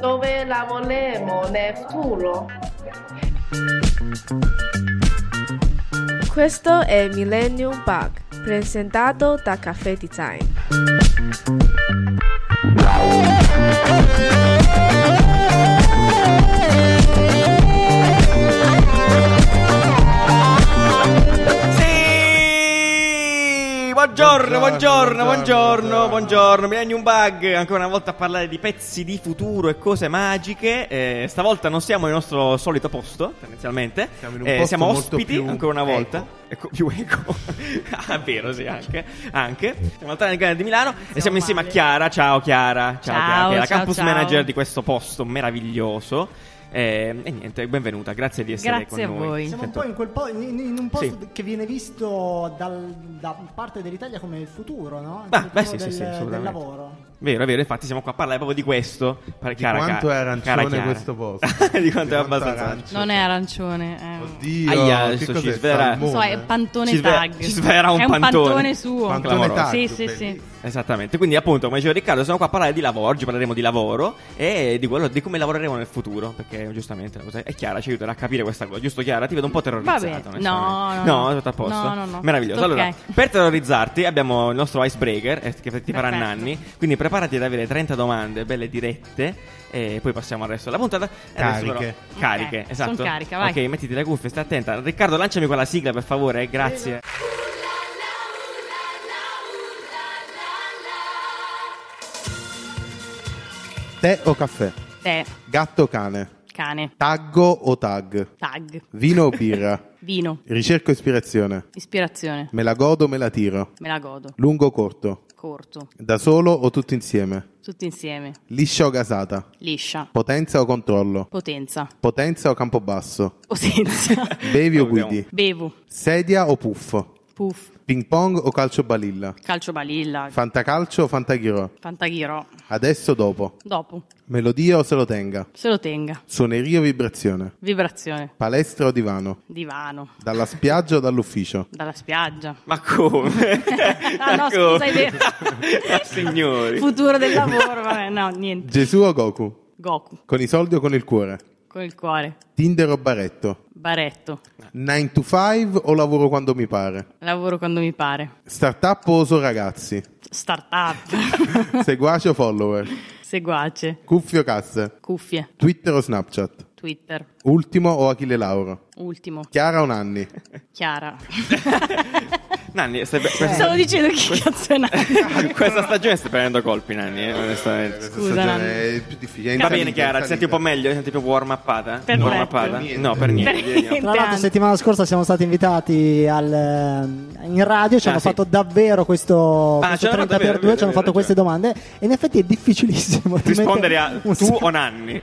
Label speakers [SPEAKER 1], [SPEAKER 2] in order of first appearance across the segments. [SPEAKER 1] Dove lavoreremo nel futuro?
[SPEAKER 2] Questo è Millennium Bug, presentato da Caffè Design.
[SPEAKER 3] Sì! Buongiorno, buongiorno,
[SPEAKER 4] Buongiorno,
[SPEAKER 3] buongiorno,
[SPEAKER 4] buongiorno.
[SPEAKER 3] buongiorno. Millennium Bug, ancora una volta a parlare di pezzi di futuro e cose magiche. Eh, stavolta non siamo nel nostro solito posto, tendenzialmente.
[SPEAKER 4] Siamo in un
[SPEAKER 3] Eh,
[SPEAKER 4] posto
[SPEAKER 3] siamo
[SPEAKER 4] molto
[SPEAKER 3] ospiti,
[SPEAKER 4] più
[SPEAKER 3] ancora una volta.
[SPEAKER 4] eco.
[SPEAKER 3] Ecco, più eco. ah, è vero, sì, anche. anche. Siamo al Tane di Milano e siamo insieme a Chiara. Ciao Chiara.
[SPEAKER 5] Ciao,
[SPEAKER 3] Chiara, che è la
[SPEAKER 5] ciao,
[SPEAKER 3] campus
[SPEAKER 5] ciao.
[SPEAKER 3] manager di questo posto meraviglioso. Eh, e niente, benvenuta, grazie di essere
[SPEAKER 5] Grazie
[SPEAKER 3] con
[SPEAKER 5] a
[SPEAKER 3] noi.
[SPEAKER 5] voi.
[SPEAKER 6] Siamo un
[SPEAKER 3] Sento-
[SPEAKER 6] po' in, quel po- in, in un posto
[SPEAKER 3] Certo. Sì.
[SPEAKER 6] che viene visto dal- da parte dell'Italia come il futuro, no? Il
[SPEAKER 3] Beh,
[SPEAKER 6] futuro
[SPEAKER 3] beh, sì, sì,
[SPEAKER 6] del,
[SPEAKER 3] sì,
[SPEAKER 6] del
[SPEAKER 3] assolutamente.
[SPEAKER 6] lavoro.
[SPEAKER 3] Vero, è vero, infatti siamo qua a parlare proprio di questo. Di
[SPEAKER 4] quanto è arancione questo posto.
[SPEAKER 3] di quanto è abbastanza arancione.
[SPEAKER 4] arancio.
[SPEAKER 5] Non è arancione. eh.
[SPEAKER 4] Oddio,
[SPEAKER 3] Aia,
[SPEAKER 4] che
[SPEAKER 3] adesso ci
[SPEAKER 4] cos'è?
[SPEAKER 3] svela-
[SPEAKER 5] Non
[SPEAKER 4] Salmone?
[SPEAKER 5] so, è pantone
[SPEAKER 3] Ci sve-
[SPEAKER 5] tag.
[SPEAKER 3] ci svera un
[SPEAKER 5] è un
[SPEAKER 3] pantone.
[SPEAKER 5] pantone, suo.
[SPEAKER 4] Pantone
[SPEAKER 3] Clamoroso.
[SPEAKER 4] tag,
[SPEAKER 5] Sì, sì,
[SPEAKER 4] bellissimo.
[SPEAKER 5] sì.
[SPEAKER 3] Esattamente, quindi appunto come diceva Riccardo siamo qua a parlare di lavoro, oggi parleremo di lavoro e di, quello, di come lavoreremo nel futuro, perché giustamente la cosa è Chiara, ci aiuterà a capire questa cosa, giusto Chiara? Ti vedo un po' terrorizzato.
[SPEAKER 5] Vabbè, no,
[SPEAKER 3] onestamente.
[SPEAKER 5] no, no.
[SPEAKER 3] no, tutto a posto.
[SPEAKER 5] No, no, no.
[SPEAKER 3] Meraviglioso.
[SPEAKER 5] Tutto
[SPEAKER 3] allora,
[SPEAKER 5] ok.
[SPEAKER 3] per terrorizzarti abbiamo il nostro icebreaker eh, che ti farà
[SPEAKER 5] Perfetto.
[SPEAKER 3] Nanni, quindi preparati ad avere 30 domande belle dirette e poi passiamo al resto della puntata. E adesso però-
[SPEAKER 4] Cariche.
[SPEAKER 3] cariche,
[SPEAKER 5] Ok,
[SPEAKER 3] esatto.
[SPEAKER 5] son carica, vai.
[SPEAKER 3] Ok, mettiti le cuffie, stai attenta. Riccardo, lanciami quella sigla per favore, eh, grazie.
[SPEAKER 4] Tè o caffè?
[SPEAKER 5] Tè,
[SPEAKER 4] Gatto o cane?
[SPEAKER 5] cane,
[SPEAKER 4] Taggo o tag?
[SPEAKER 5] tag,
[SPEAKER 4] Vino o birra?
[SPEAKER 5] vino,
[SPEAKER 4] Ricerca o ispirazione?
[SPEAKER 5] ispirazione.
[SPEAKER 4] Me la godo o me la tiro?
[SPEAKER 5] Me la godo.
[SPEAKER 4] Lungo o corto?
[SPEAKER 5] Corto,
[SPEAKER 4] Da solo o tutti insieme?
[SPEAKER 5] tutti insieme.
[SPEAKER 4] Liscia o gasata?
[SPEAKER 5] Liscia,
[SPEAKER 4] Potenza o controllo?
[SPEAKER 5] potenza,
[SPEAKER 4] Potenza o campobasso?
[SPEAKER 5] potenza.
[SPEAKER 4] Bevi o
[SPEAKER 3] Proviamo.
[SPEAKER 4] guidi?
[SPEAKER 5] Bevo,
[SPEAKER 4] Sedia o puffo?
[SPEAKER 5] puff,
[SPEAKER 4] Ping pong o calcio balilla?
[SPEAKER 5] calcio balilla,
[SPEAKER 4] Fantacalcio o fantaghirò?
[SPEAKER 5] fantaghiro.
[SPEAKER 4] Adesso o dopo?
[SPEAKER 5] Dopo,
[SPEAKER 4] Melodia o se lo tenga?
[SPEAKER 5] se lo tenga.
[SPEAKER 4] Suoneria o vibrazione?
[SPEAKER 5] Vibrazione,
[SPEAKER 4] Palestra o divano?
[SPEAKER 5] divano,
[SPEAKER 4] Dalla spiaggia o dall'ufficio?
[SPEAKER 5] dalla spiaggia.
[SPEAKER 3] Ma come?
[SPEAKER 5] Ah, no, scusa, hai detto.
[SPEAKER 3] Ma signori.
[SPEAKER 5] Futuro del lavoro, vabbè, no, niente.
[SPEAKER 4] Gesù o Goku?
[SPEAKER 5] Goku,
[SPEAKER 4] Con i soldi o con il cuore?
[SPEAKER 5] con il cuore.
[SPEAKER 4] Tinder o baretto?
[SPEAKER 5] Baretto,
[SPEAKER 4] 9 to 5 o lavoro quando mi pare?
[SPEAKER 5] lavoro quando mi pare.
[SPEAKER 4] Startup o so ragazzi?
[SPEAKER 5] Startup,
[SPEAKER 4] Seguace o follower?
[SPEAKER 5] seguace,
[SPEAKER 4] Cuffie o casse?
[SPEAKER 5] cuffie,
[SPEAKER 4] Twitter o Snapchat?
[SPEAKER 5] Twitter,
[SPEAKER 4] Ultimo o Achille Lauro?
[SPEAKER 5] ultimo,
[SPEAKER 4] Chiara o Nanni?
[SPEAKER 5] Chiara.
[SPEAKER 3] Nanni, stai- questa,
[SPEAKER 5] Cioè, Stavo dicendo chi cazzo è nato.
[SPEAKER 3] questa stagione stai prendendo colpi, Nanni, eh, onestamente.
[SPEAKER 5] Scusa, Nanni.
[SPEAKER 4] è più difficile.
[SPEAKER 3] Va bene, Chiara, ti senti un po' meglio? Ti senti più warm uppata?
[SPEAKER 5] Perfetto.
[SPEAKER 3] Warm uppata? No, per niente. direi
[SPEAKER 5] Per
[SPEAKER 3] di no.
[SPEAKER 5] niente.
[SPEAKER 6] Tra l'altro,
[SPEAKER 5] Tanto.
[SPEAKER 6] settimana scorsa siamo stati invitati al, ehm, in radio, ci
[SPEAKER 3] Ah,
[SPEAKER 6] hanno
[SPEAKER 3] sì.
[SPEAKER 6] fatto davvero questo,
[SPEAKER 3] Ah, ce
[SPEAKER 6] questo
[SPEAKER 3] l'hanno
[SPEAKER 6] 30
[SPEAKER 3] fatto
[SPEAKER 6] per
[SPEAKER 3] davvero,
[SPEAKER 6] 2, ci
[SPEAKER 3] vero,
[SPEAKER 6] hanno
[SPEAKER 3] vero,
[SPEAKER 6] fatto queste domande e in effetti è difficilissimo ti
[SPEAKER 3] Rispondere a
[SPEAKER 6] mette un
[SPEAKER 3] tu
[SPEAKER 6] sacco-
[SPEAKER 3] o Nanni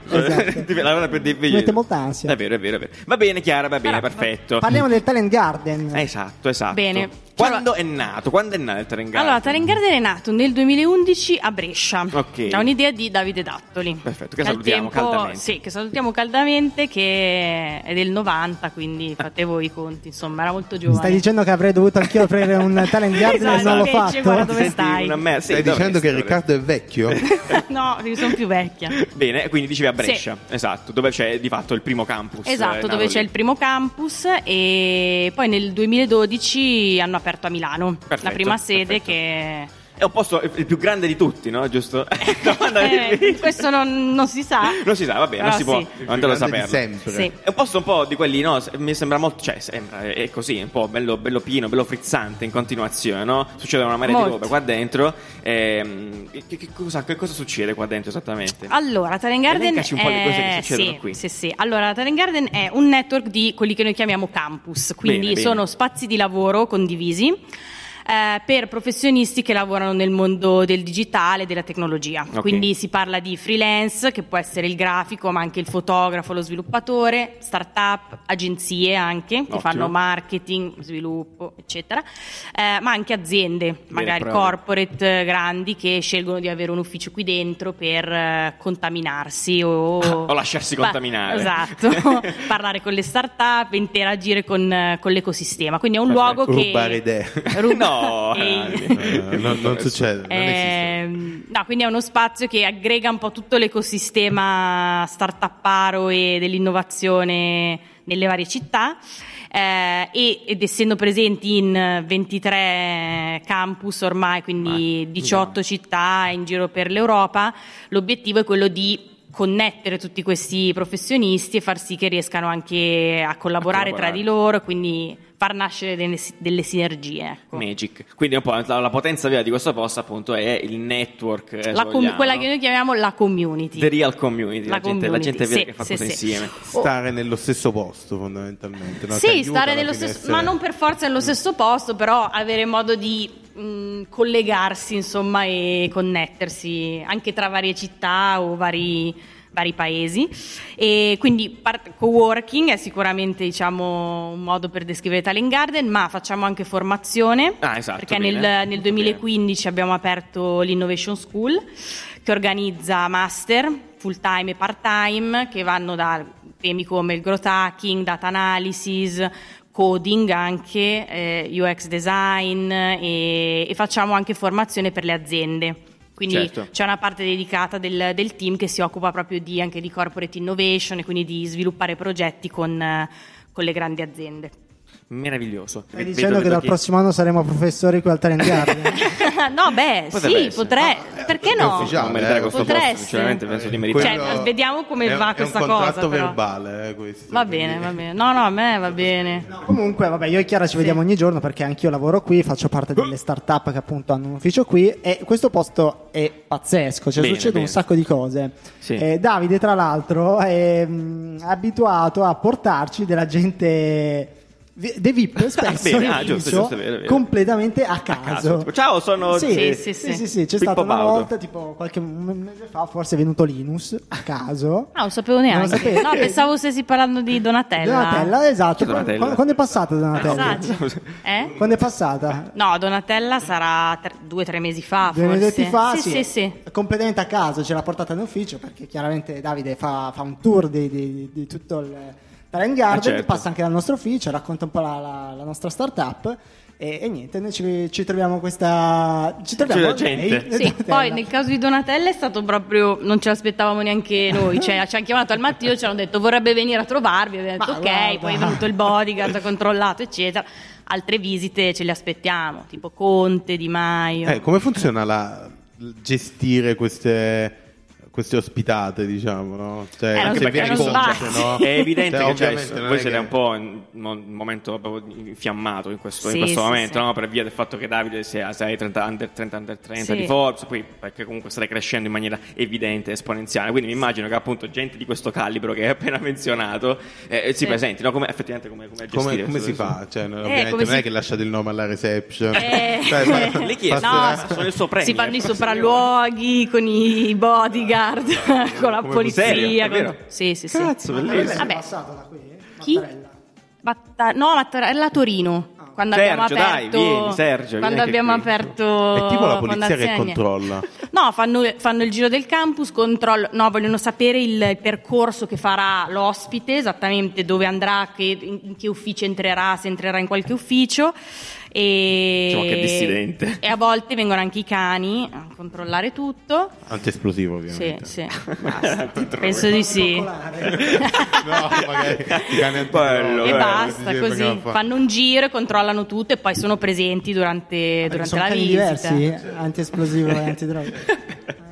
[SPEAKER 6] Esatto.
[SPEAKER 3] Ti- la cosa più difficile.
[SPEAKER 6] Ti mette molta ansia.
[SPEAKER 3] È vero, è vero, è vero. Va bene, Chiara, va bene,
[SPEAKER 5] Brava.
[SPEAKER 3] perfetto.
[SPEAKER 6] Parliamo del Talent Garden.
[SPEAKER 3] Eh, Esatto, esatto.
[SPEAKER 5] Bene.
[SPEAKER 3] Quando
[SPEAKER 5] Allora-
[SPEAKER 3] è nato? Quando è nato il Tarengano?
[SPEAKER 5] Allora, Tarengarden è nato nel 2011 a Brescia.
[SPEAKER 3] Ok.
[SPEAKER 5] Da un'idea di Davide Dattoli.
[SPEAKER 3] Perfetto, che
[SPEAKER 5] Al
[SPEAKER 3] salutiamo caldamente.
[SPEAKER 5] Sì, che salutiamo caldamente, che è del 90, quindi fate voi i conti, insomma, era molto giovane.
[SPEAKER 6] Stai dicendo che avrei dovuto anch'io aprire un Talent Garden
[SPEAKER 5] Esatto,
[SPEAKER 6] e non l'ho
[SPEAKER 5] invece,
[SPEAKER 6] fatto?
[SPEAKER 5] guarda
[SPEAKER 3] Ti
[SPEAKER 5] dove
[SPEAKER 3] senti
[SPEAKER 5] stai?
[SPEAKER 3] una merda? Sì,
[SPEAKER 4] Stai
[SPEAKER 3] dovresti,
[SPEAKER 4] dicendo che
[SPEAKER 3] dovresti.
[SPEAKER 4] Riccardo è vecchio?
[SPEAKER 5] no, io sono più vecchia.
[SPEAKER 3] Bene, quindi dicevi a Brescia, esatto, dove c'è di fatto il primo campus. eh,
[SPEAKER 5] Esatto,
[SPEAKER 3] nato
[SPEAKER 5] dove
[SPEAKER 3] lì.
[SPEAKER 5] c'è il primo campus e poi nel 2012 hanno aperto a Milano, la
[SPEAKER 3] Perfetto,
[SPEAKER 5] prima sede
[SPEAKER 3] perfetto.
[SPEAKER 5] che...
[SPEAKER 3] È un posto il più grande di tutti, no? Giusto?
[SPEAKER 5] Eh, questo non, non si sa.
[SPEAKER 3] Non si sa, va bene, non
[SPEAKER 5] Però
[SPEAKER 3] si può,
[SPEAKER 5] sì.
[SPEAKER 3] non te lo
[SPEAKER 4] Grande di
[SPEAKER 3] saperlo.
[SPEAKER 4] sempre.
[SPEAKER 5] Sì.
[SPEAKER 3] È un posto un po' di quelli, no? Se- Mi sembra molto. Cioè, sembra, è è così, un po' bello, bello pieno, bello frizzante in continuazione, no? Succede una marea di
[SPEAKER 5] Molto.
[SPEAKER 3] robe qua dentro. ehm, che, che cosa, che cosa succede qua dentro esattamente?
[SPEAKER 5] Allora, Talent Garden
[SPEAKER 3] Elencaci un po'
[SPEAKER 5] è...
[SPEAKER 3] le cose che succedono
[SPEAKER 5] sì,
[SPEAKER 3] qui.
[SPEAKER 5] Sì, sì. Allora, Talent Garden è un network di quelli che noi chiamiamo campus, quindi
[SPEAKER 3] Bene, bene.
[SPEAKER 5] sono spazi di lavoro condivisi eh, per professionisti che lavorano nel mondo del digitale e della tecnologia.
[SPEAKER 3] Ok.
[SPEAKER 5] Quindi si parla di freelance, che può essere il grafico, ma anche il fotografo, lo sviluppatore, start-up, agenzie anche, che
[SPEAKER 3] Ottimo.
[SPEAKER 5] fanno marketing, sviluppo, eccetera, eh, ma anche aziende, magari
[SPEAKER 3] bravi.
[SPEAKER 5] corporate corporate eh, grandi che scelgono di avere un ufficio qui dentro per eh, contaminarsi o,
[SPEAKER 3] O lasciarsi
[SPEAKER 5] Pa-
[SPEAKER 3] contaminare.
[SPEAKER 5] Esatto, parlare con le start-up, interagire con, eh, con l'ecosistema. Quindi è un
[SPEAKER 3] Perfetto.
[SPEAKER 5] luogo che...
[SPEAKER 4] Rubare idee.
[SPEAKER 5] Ruba-
[SPEAKER 3] no,
[SPEAKER 5] Ehi.
[SPEAKER 3] Nanni.
[SPEAKER 4] Eh, non, non succede, non
[SPEAKER 5] Eh, Ehm, no, quindi è uno spazio che aggrega un po' tutto l'ecosistema startupparo e dell'innovazione nelle varie città eh, e- ed essendo presenti in 23 campus ormai, quindi
[SPEAKER 3] Ma-
[SPEAKER 5] 18 città in giro per l'Europa, l'obiettivo è quello di connettere tutti questi professionisti e far sì che riescano anche a collaborare, tra
[SPEAKER 3] collaborare.
[SPEAKER 5] di loro, e quindi far nascere delle, delle sinergie. ecco.
[SPEAKER 3] Magic. Quindi un po' la, la potenza vera di questo posto appunto è il network. eh, se
[SPEAKER 5] La com-
[SPEAKER 3] vogliamo.
[SPEAKER 5] quella che noi chiamiamo la community.
[SPEAKER 3] The real community, la,
[SPEAKER 5] La
[SPEAKER 3] gente, la gente
[SPEAKER 5] community,
[SPEAKER 3] vera
[SPEAKER 5] sì,
[SPEAKER 3] che fa
[SPEAKER 5] sì,
[SPEAKER 3] cose
[SPEAKER 5] sì.
[SPEAKER 3] insieme.
[SPEAKER 4] Stare nello stesso posto, fondamentalmente. no? Ti
[SPEAKER 5] Oh. sì,
[SPEAKER 4] aiuta
[SPEAKER 5] stare
[SPEAKER 4] alla
[SPEAKER 5] nello
[SPEAKER 4] fine
[SPEAKER 5] stesso,
[SPEAKER 4] essere-
[SPEAKER 5] ma non per forza nello stesso posto, però avere modo di mh, collegarsi, insomma, e connettersi anche tra varie città o vari, vari paesi. E quindi part- co-working è sicuramente, diciamo, un modo per descrivere Talent Garden, ma facciamo anche formazione.
[SPEAKER 3] Ah, esatto,
[SPEAKER 5] Perché
[SPEAKER 3] bene,
[SPEAKER 5] nel,
[SPEAKER 3] molto
[SPEAKER 5] nel 2015 abbiamo aperto l'Innovation School che organizza master full time e part time che vanno da temi come il growth hacking, data analysis, coding anche, eh, UX design eh, e, e facciamo anche formazione per le aziende. Quindi
[SPEAKER 3] Certo.
[SPEAKER 5] c'è una parte dedicata del, del team che si occupa proprio di, anche di corporate innovation e quindi di sviluppare progetti con, eh, con le grandi aziende.
[SPEAKER 3] Meraviglioso.
[SPEAKER 6] Stai
[SPEAKER 3] Vedo-
[SPEAKER 6] dicendo
[SPEAKER 3] vedo
[SPEAKER 6] che dal
[SPEAKER 3] chi-
[SPEAKER 6] prossimo anno saremo professori qui al Talent Garden.
[SPEAKER 5] no, beh,
[SPEAKER 3] Potrebbe
[SPEAKER 5] sì,
[SPEAKER 3] essere. eh,
[SPEAKER 5] potrei. perché no?
[SPEAKER 4] Eh, è ufficiale,
[SPEAKER 3] Non meritare
[SPEAKER 4] eh,
[SPEAKER 3] questo
[SPEAKER 5] potrei
[SPEAKER 3] posto,
[SPEAKER 5] essere.
[SPEAKER 3] sinceramente penso di meritare.
[SPEAKER 5] Cioè,
[SPEAKER 4] Quello
[SPEAKER 5] vediamo come
[SPEAKER 4] è-
[SPEAKER 5] va
[SPEAKER 4] è
[SPEAKER 5] questa
[SPEAKER 4] un
[SPEAKER 5] cosa,
[SPEAKER 4] contratto
[SPEAKER 5] però.
[SPEAKER 4] verbale, eh, questo,
[SPEAKER 5] Va
[SPEAKER 4] quindi-
[SPEAKER 5] bene, va bene. No, no, a me va bene.
[SPEAKER 6] Comunque, vabbè, io e Chiara ci vediamo ogni giorno perché anch'io lavoro qui, faccio parte delle start-up che appunto hanno un ufficio qui e questo posto è pazzesco, cioè
[SPEAKER 3] Bene,
[SPEAKER 6] succedono
[SPEAKER 3] bene.
[SPEAKER 6] un sacco di cose.
[SPEAKER 3] Sì.
[SPEAKER 6] Eh, Davide, tra l'altro, è mm, abituato a portarci della gente vi- dei VIP spesso
[SPEAKER 3] bene,
[SPEAKER 6] in
[SPEAKER 3] ah, giusto,
[SPEAKER 6] ufficio,
[SPEAKER 3] giusto, è vero, è vero.
[SPEAKER 6] completamente a caso.
[SPEAKER 3] caso, tipo, "Ciao, sono-
[SPEAKER 6] Sì,
[SPEAKER 5] Sì, sì,
[SPEAKER 6] sì, sì,
[SPEAKER 5] sì.
[SPEAKER 6] sì, sì, c'è
[SPEAKER 3] Pippo
[SPEAKER 6] stata una
[SPEAKER 3] Baudo.
[SPEAKER 6] volta, tipo qualche mese fa, forse è venuto Linus a caso.
[SPEAKER 3] Ah,
[SPEAKER 5] No, non sapevo
[SPEAKER 6] Non lo
[SPEAKER 5] neanche.
[SPEAKER 6] sapevi?
[SPEAKER 5] no, pensavo stessi parlando di Donatella.
[SPEAKER 6] Donatella, esatto.
[SPEAKER 3] Chi è Donatella?
[SPEAKER 6] Quando, quando è passata Donatella?
[SPEAKER 5] Esatto. Eh?
[SPEAKER 6] Quando è passata?
[SPEAKER 5] No, Donatella sarà tre- due o tre mesi fa,
[SPEAKER 6] Due
[SPEAKER 5] forse.
[SPEAKER 6] minuti fa,
[SPEAKER 5] sì, sì, sì.
[SPEAKER 6] completamente a caso, ce l'ha portata in ufficio perché chiaramente Davide fa, fa un tour di, di- di tutto il Talent Garden,
[SPEAKER 3] Ah, certo.
[SPEAKER 6] passa anche dal nostro ufficio, racconta un po' la, la- la nostra startup e, e niente, noi ci, ci troviamo questa... ci troviamo
[SPEAKER 3] la gente.
[SPEAKER 6] lei,
[SPEAKER 5] Sì,
[SPEAKER 6] Donatella.
[SPEAKER 5] poi nel caso di Donatella è stato proprio, non ce l'aspettavamo neanche noi, cioè ci hanno chiamato al mattino, ci hanno detto vorrebbe venire a trovarvi, abbiamo detto
[SPEAKER 6] Ma
[SPEAKER 5] ok,
[SPEAKER 6] guarda."
[SPEAKER 5] poi è venuto il bodyguard, ha controllato eccetera, altre visite ce le aspettiamo, tipo Conte, Di Maio.
[SPEAKER 4] Eh, come funziona la, il gestire queste, queste ospitate, diciamo, no? Cioè,
[SPEAKER 5] Eh,
[SPEAKER 3] Anche
[SPEAKER 5] se
[SPEAKER 3] perché
[SPEAKER 5] viene
[SPEAKER 3] non
[SPEAKER 5] Conte,
[SPEAKER 3] sbagli.
[SPEAKER 5] no?
[SPEAKER 3] è evidente
[SPEAKER 4] Cioè,
[SPEAKER 3] che cioè,
[SPEAKER 4] ovviamente non
[SPEAKER 3] voi
[SPEAKER 4] è
[SPEAKER 3] siete
[SPEAKER 4] che-
[SPEAKER 3] un po' in in un momento proprio infiammato in questo, in
[SPEAKER 5] Sì,
[SPEAKER 3] questo
[SPEAKER 5] sì,
[SPEAKER 3] momento,
[SPEAKER 5] sì.
[SPEAKER 3] no? per via del fatto che Davide sia, sei 30 under 30 under 30
[SPEAKER 5] Sì.
[SPEAKER 3] di Forbes, poi perché comunque stai crescendo in maniera evidente, esponenziale. Quindi mi immagino che appunto gente di questo calibro che hai appena menzionato eh, si
[SPEAKER 5] Sì.
[SPEAKER 3] presenti, no? Come, effettivamente come, come
[SPEAKER 4] Come,
[SPEAKER 3] gestire
[SPEAKER 4] come
[SPEAKER 3] questo-
[SPEAKER 4] si fa? Cioè, no,
[SPEAKER 5] Eh,
[SPEAKER 4] ovviamente
[SPEAKER 5] come
[SPEAKER 4] non
[SPEAKER 5] si-
[SPEAKER 4] è che lasciate il nome alla reception.
[SPEAKER 5] Eh.
[SPEAKER 4] Cioè, fa-
[SPEAKER 3] Lei chi è?
[SPEAKER 4] passerà-
[SPEAKER 3] No, sono il suo premier.
[SPEAKER 5] Si fanno i sopralluoghi con i bodyguard, con la
[SPEAKER 4] Come
[SPEAKER 5] polizia.
[SPEAKER 3] serio? È
[SPEAKER 5] con-
[SPEAKER 3] vero?
[SPEAKER 5] Sì, sì, sì.
[SPEAKER 3] Cazzo,
[SPEAKER 6] Ma
[SPEAKER 3] bellissimo.
[SPEAKER 6] lei è
[SPEAKER 5] Vabbè.
[SPEAKER 6] passata da qui?
[SPEAKER 5] Chi?
[SPEAKER 6] Mattarella.
[SPEAKER 5] Batta- no, Mattarella Torino. Quando
[SPEAKER 3] Ah. Sergio,
[SPEAKER 5] abbiamo
[SPEAKER 3] dai,
[SPEAKER 5] aperto,
[SPEAKER 3] vieni, Sergio,
[SPEAKER 5] quando
[SPEAKER 3] vieni anche
[SPEAKER 5] abbiamo
[SPEAKER 3] qui.
[SPEAKER 5] aperto
[SPEAKER 4] È tipo la polizia che
[SPEAKER 5] oh, Fondazione Agnelli.
[SPEAKER 4] controlla.
[SPEAKER 5] No, fanno, fanno il giro del campus, controllo, no, vogliono sapere il percorso che farà l'ospite, esattamente dove andrà, che- in che ufficio entrerà, se entrerà in qualche ufficio. E,
[SPEAKER 3] Diciamo che è dissidente.
[SPEAKER 5] E a volte vengono anche i cani a controllare tutto.
[SPEAKER 4] Antiesplosivo,
[SPEAKER 5] Sì,
[SPEAKER 4] ovviamente.
[SPEAKER 5] sì, basta. Penso di sì.
[SPEAKER 4] no, magari i cani anticorpi.
[SPEAKER 3] Bello,
[SPEAKER 5] E
[SPEAKER 3] Eh,
[SPEAKER 5] basta,
[SPEAKER 4] Sì,
[SPEAKER 5] così
[SPEAKER 4] perché fa-
[SPEAKER 5] fanno un giro e controllano tutto e poi sono presenti durante,
[SPEAKER 6] Perché
[SPEAKER 5] durante
[SPEAKER 6] sono
[SPEAKER 5] la
[SPEAKER 6] cani
[SPEAKER 5] visita.
[SPEAKER 6] diversi, antiesplosivo e antidroga.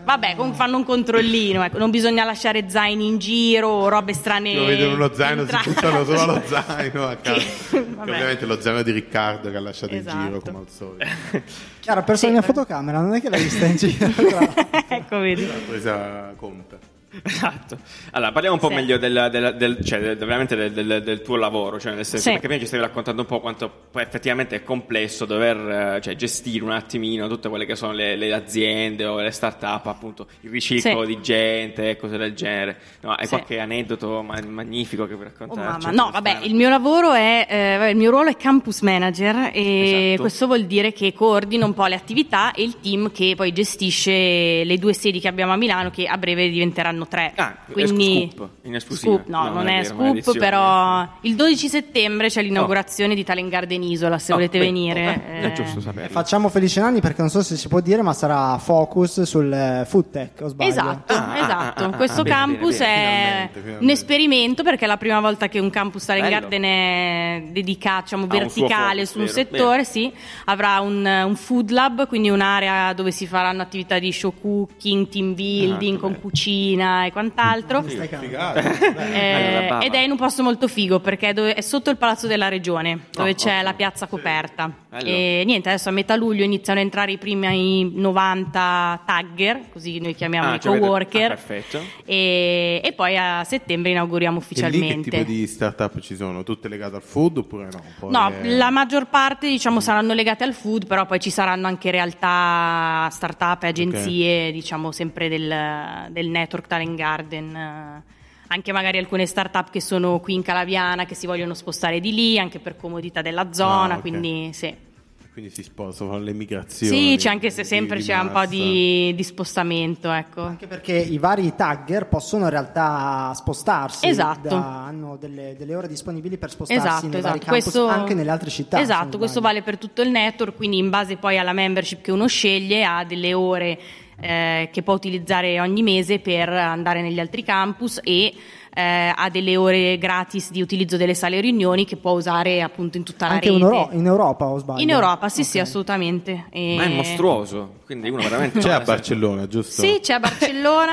[SPEAKER 5] Vabbè, con- fanno un controllino, ecco, non bisogna lasciare zaini in giro o robe strane.
[SPEAKER 4] Lo vedono lo zaino,
[SPEAKER 5] entra-
[SPEAKER 4] si buttano solo lo zaino a casa.
[SPEAKER 5] Sì, vabbè.
[SPEAKER 4] Che ovviamente lo zaino di Riccardo che ha lasciato in
[SPEAKER 5] Esatto.
[SPEAKER 4] giro come al solito.
[SPEAKER 6] Chiara, ho perso la mia fotocamera, non è che l'hai vista in giro. tra-
[SPEAKER 5] ecco, vedi.
[SPEAKER 3] Certo,
[SPEAKER 4] L'ha presa Conte.
[SPEAKER 3] Esatto. Allora, parliamo un po'
[SPEAKER 5] Sì.
[SPEAKER 3] meglio del, del- del- cioè, del- veramente del, del- del tuo lavoro, cioè nel senso
[SPEAKER 5] Sì.
[SPEAKER 3] perché prima ci stavi raccontando un po' quanto poi effettivamente è complesso dover eh, cioè, gestire un attimino tutte quelle che sono le, le aziende o le start-up, appunto, il riciclo
[SPEAKER 5] Sì.
[SPEAKER 3] di gente e cose del genere. No, hai
[SPEAKER 5] Sì.
[SPEAKER 3] qualche aneddoto ma- magnifico che vuoi
[SPEAKER 5] Oh,
[SPEAKER 3] raccontarci? Cioè,
[SPEAKER 5] mamma. No, vabbè, il mio lavoro è eh, vabbè, il mio ruolo è campus manager e
[SPEAKER 3] Esatto.
[SPEAKER 5] questo vuol dire che coordino un po' le attività e il team che poi gestisce le due sedi che abbiamo a Milano che a breve diventeranno saranno tre.
[SPEAKER 3] Ah, è
[SPEAKER 5] Quindi,
[SPEAKER 3] scoop, in esclusiva.
[SPEAKER 5] Scoop, no,
[SPEAKER 3] No,
[SPEAKER 5] non,
[SPEAKER 3] non è
[SPEAKER 5] è,
[SPEAKER 3] vero,
[SPEAKER 5] scoop,
[SPEAKER 3] maledizione.
[SPEAKER 5] però il 12 settembre c'è l'inaugurazione di Talent Garden Isola, se
[SPEAKER 3] No,
[SPEAKER 5] volete
[SPEAKER 3] Oh, beh,
[SPEAKER 5] venire.
[SPEAKER 3] eh, È
[SPEAKER 5] eh,
[SPEAKER 3] giusto saperlo.
[SPEAKER 6] Facciamo felice anni perché non so se si può dire, ma sarà focus sul eh, food tech, o sbaglio?
[SPEAKER 5] Esatto,
[SPEAKER 3] Ah, ah,
[SPEAKER 5] esatto.
[SPEAKER 3] ah, ah,
[SPEAKER 5] Questo
[SPEAKER 3] ah, bene,
[SPEAKER 5] campus
[SPEAKER 3] bene,
[SPEAKER 5] è
[SPEAKER 4] finalmente, finalmente.
[SPEAKER 5] un esperimento perché è la prima volta che un campus Talent
[SPEAKER 3] Bello.
[SPEAKER 5] Garden è dedicato, diciamo,
[SPEAKER 3] Ha un suo
[SPEAKER 5] verticale
[SPEAKER 3] focus,
[SPEAKER 5] su un
[SPEAKER 3] vero,
[SPEAKER 5] settore,
[SPEAKER 3] vero.
[SPEAKER 5] sì. Avrà un, un food lab, quindi un'area dove si faranno attività di show cooking, team building,
[SPEAKER 3] Ah, che
[SPEAKER 5] con
[SPEAKER 3] bello.
[SPEAKER 5] cucina e quant'altro.
[SPEAKER 6] Stai calmo.
[SPEAKER 5] Eh,
[SPEAKER 3] Alla bava.
[SPEAKER 5] ed è in un posto molto figo perché è, dove- è sotto il palazzo della regione dove
[SPEAKER 3] Oh,
[SPEAKER 5] c'è
[SPEAKER 3] ottimo.
[SPEAKER 5] la piazza coperta
[SPEAKER 3] Bello.
[SPEAKER 5] e niente adesso a metà luglio iniziano ad entrare i primi 90 tagger così noi chiamiamo
[SPEAKER 3] Ah,
[SPEAKER 5] i
[SPEAKER 3] cioè avete- ah,
[SPEAKER 5] coworker
[SPEAKER 3] perfetto.
[SPEAKER 5] e, e poi a settembre inauguriamo
[SPEAKER 4] E lì che tipo
[SPEAKER 5] ufficialmente
[SPEAKER 4] di startup ci sono? Tutte legate al food oppure no? Poi
[SPEAKER 5] No,
[SPEAKER 4] è-
[SPEAKER 5] la maggior parte diciamo saranno legate al food, però poi ci saranno anche realtà, start-up, e agenzie, diciamo sempre del, del network Talent Garden, eh, anche magari alcune start-up che sono qui in Calaviana, che si vogliono spostare di lì, anche per comodità della zona,
[SPEAKER 4] Ah, ok.
[SPEAKER 5] quindi sì.
[SPEAKER 4] Quindi si sposta con le migrazioni.
[SPEAKER 5] Sì, c'è anche se
[SPEAKER 4] di-
[SPEAKER 5] sempre
[SPEAKER 4] di
[SPEAKER 5] c'è un po'
[SPEAKER 4] massa.
[SPEAKER 5] di, di spostamento, ecco.
[SPEAKER 6] Anche perché i vari tagger possono in realtà spostarsi,
[SPEAKER 5] Esatto.
[SPEAKER 6] da- hanno delle, delle ore disponibili per spostarsi nei vari campus,
[SPEAKER 5] esatto. Questo-
[SPEAKER 6] anche nelle altre città. se non
[SPEAKER 5] Esatto, questo
[SPEAKER 6] sbaglio.
[SPEAKER 5] vale per tutto il network, quindi in base poi alla membership che uno sceglie ha delle ore eh, che può utilizzare ogni mese per andare negli altri campus e eh, ha delle ore gratis di utilizzo delle sale riunioni che può usare appunto in tutta la
[SPEAKER 6] Anche
[SPEAKER 5] rete.
[SPEAKER 6] in, Euro- in Europa o sbaglio?
[SPEAKER 5] In Europa, sì, sì,
[SPEAKER 6] Ok.
[SPEAKER 5] assolutamente. E-
[SPEAKER 3] Ma è mostruoso. Quindi uno veramente.
[SPEAKER 4] C'è
[SPEAKER 3] no, nel
[SPEAKER 4] a
[SPEAKER 3] senso-
[SPEAKER 4] Barcellona, giusto?
[SPEAKER 5] Sì, c'è a Barcellona.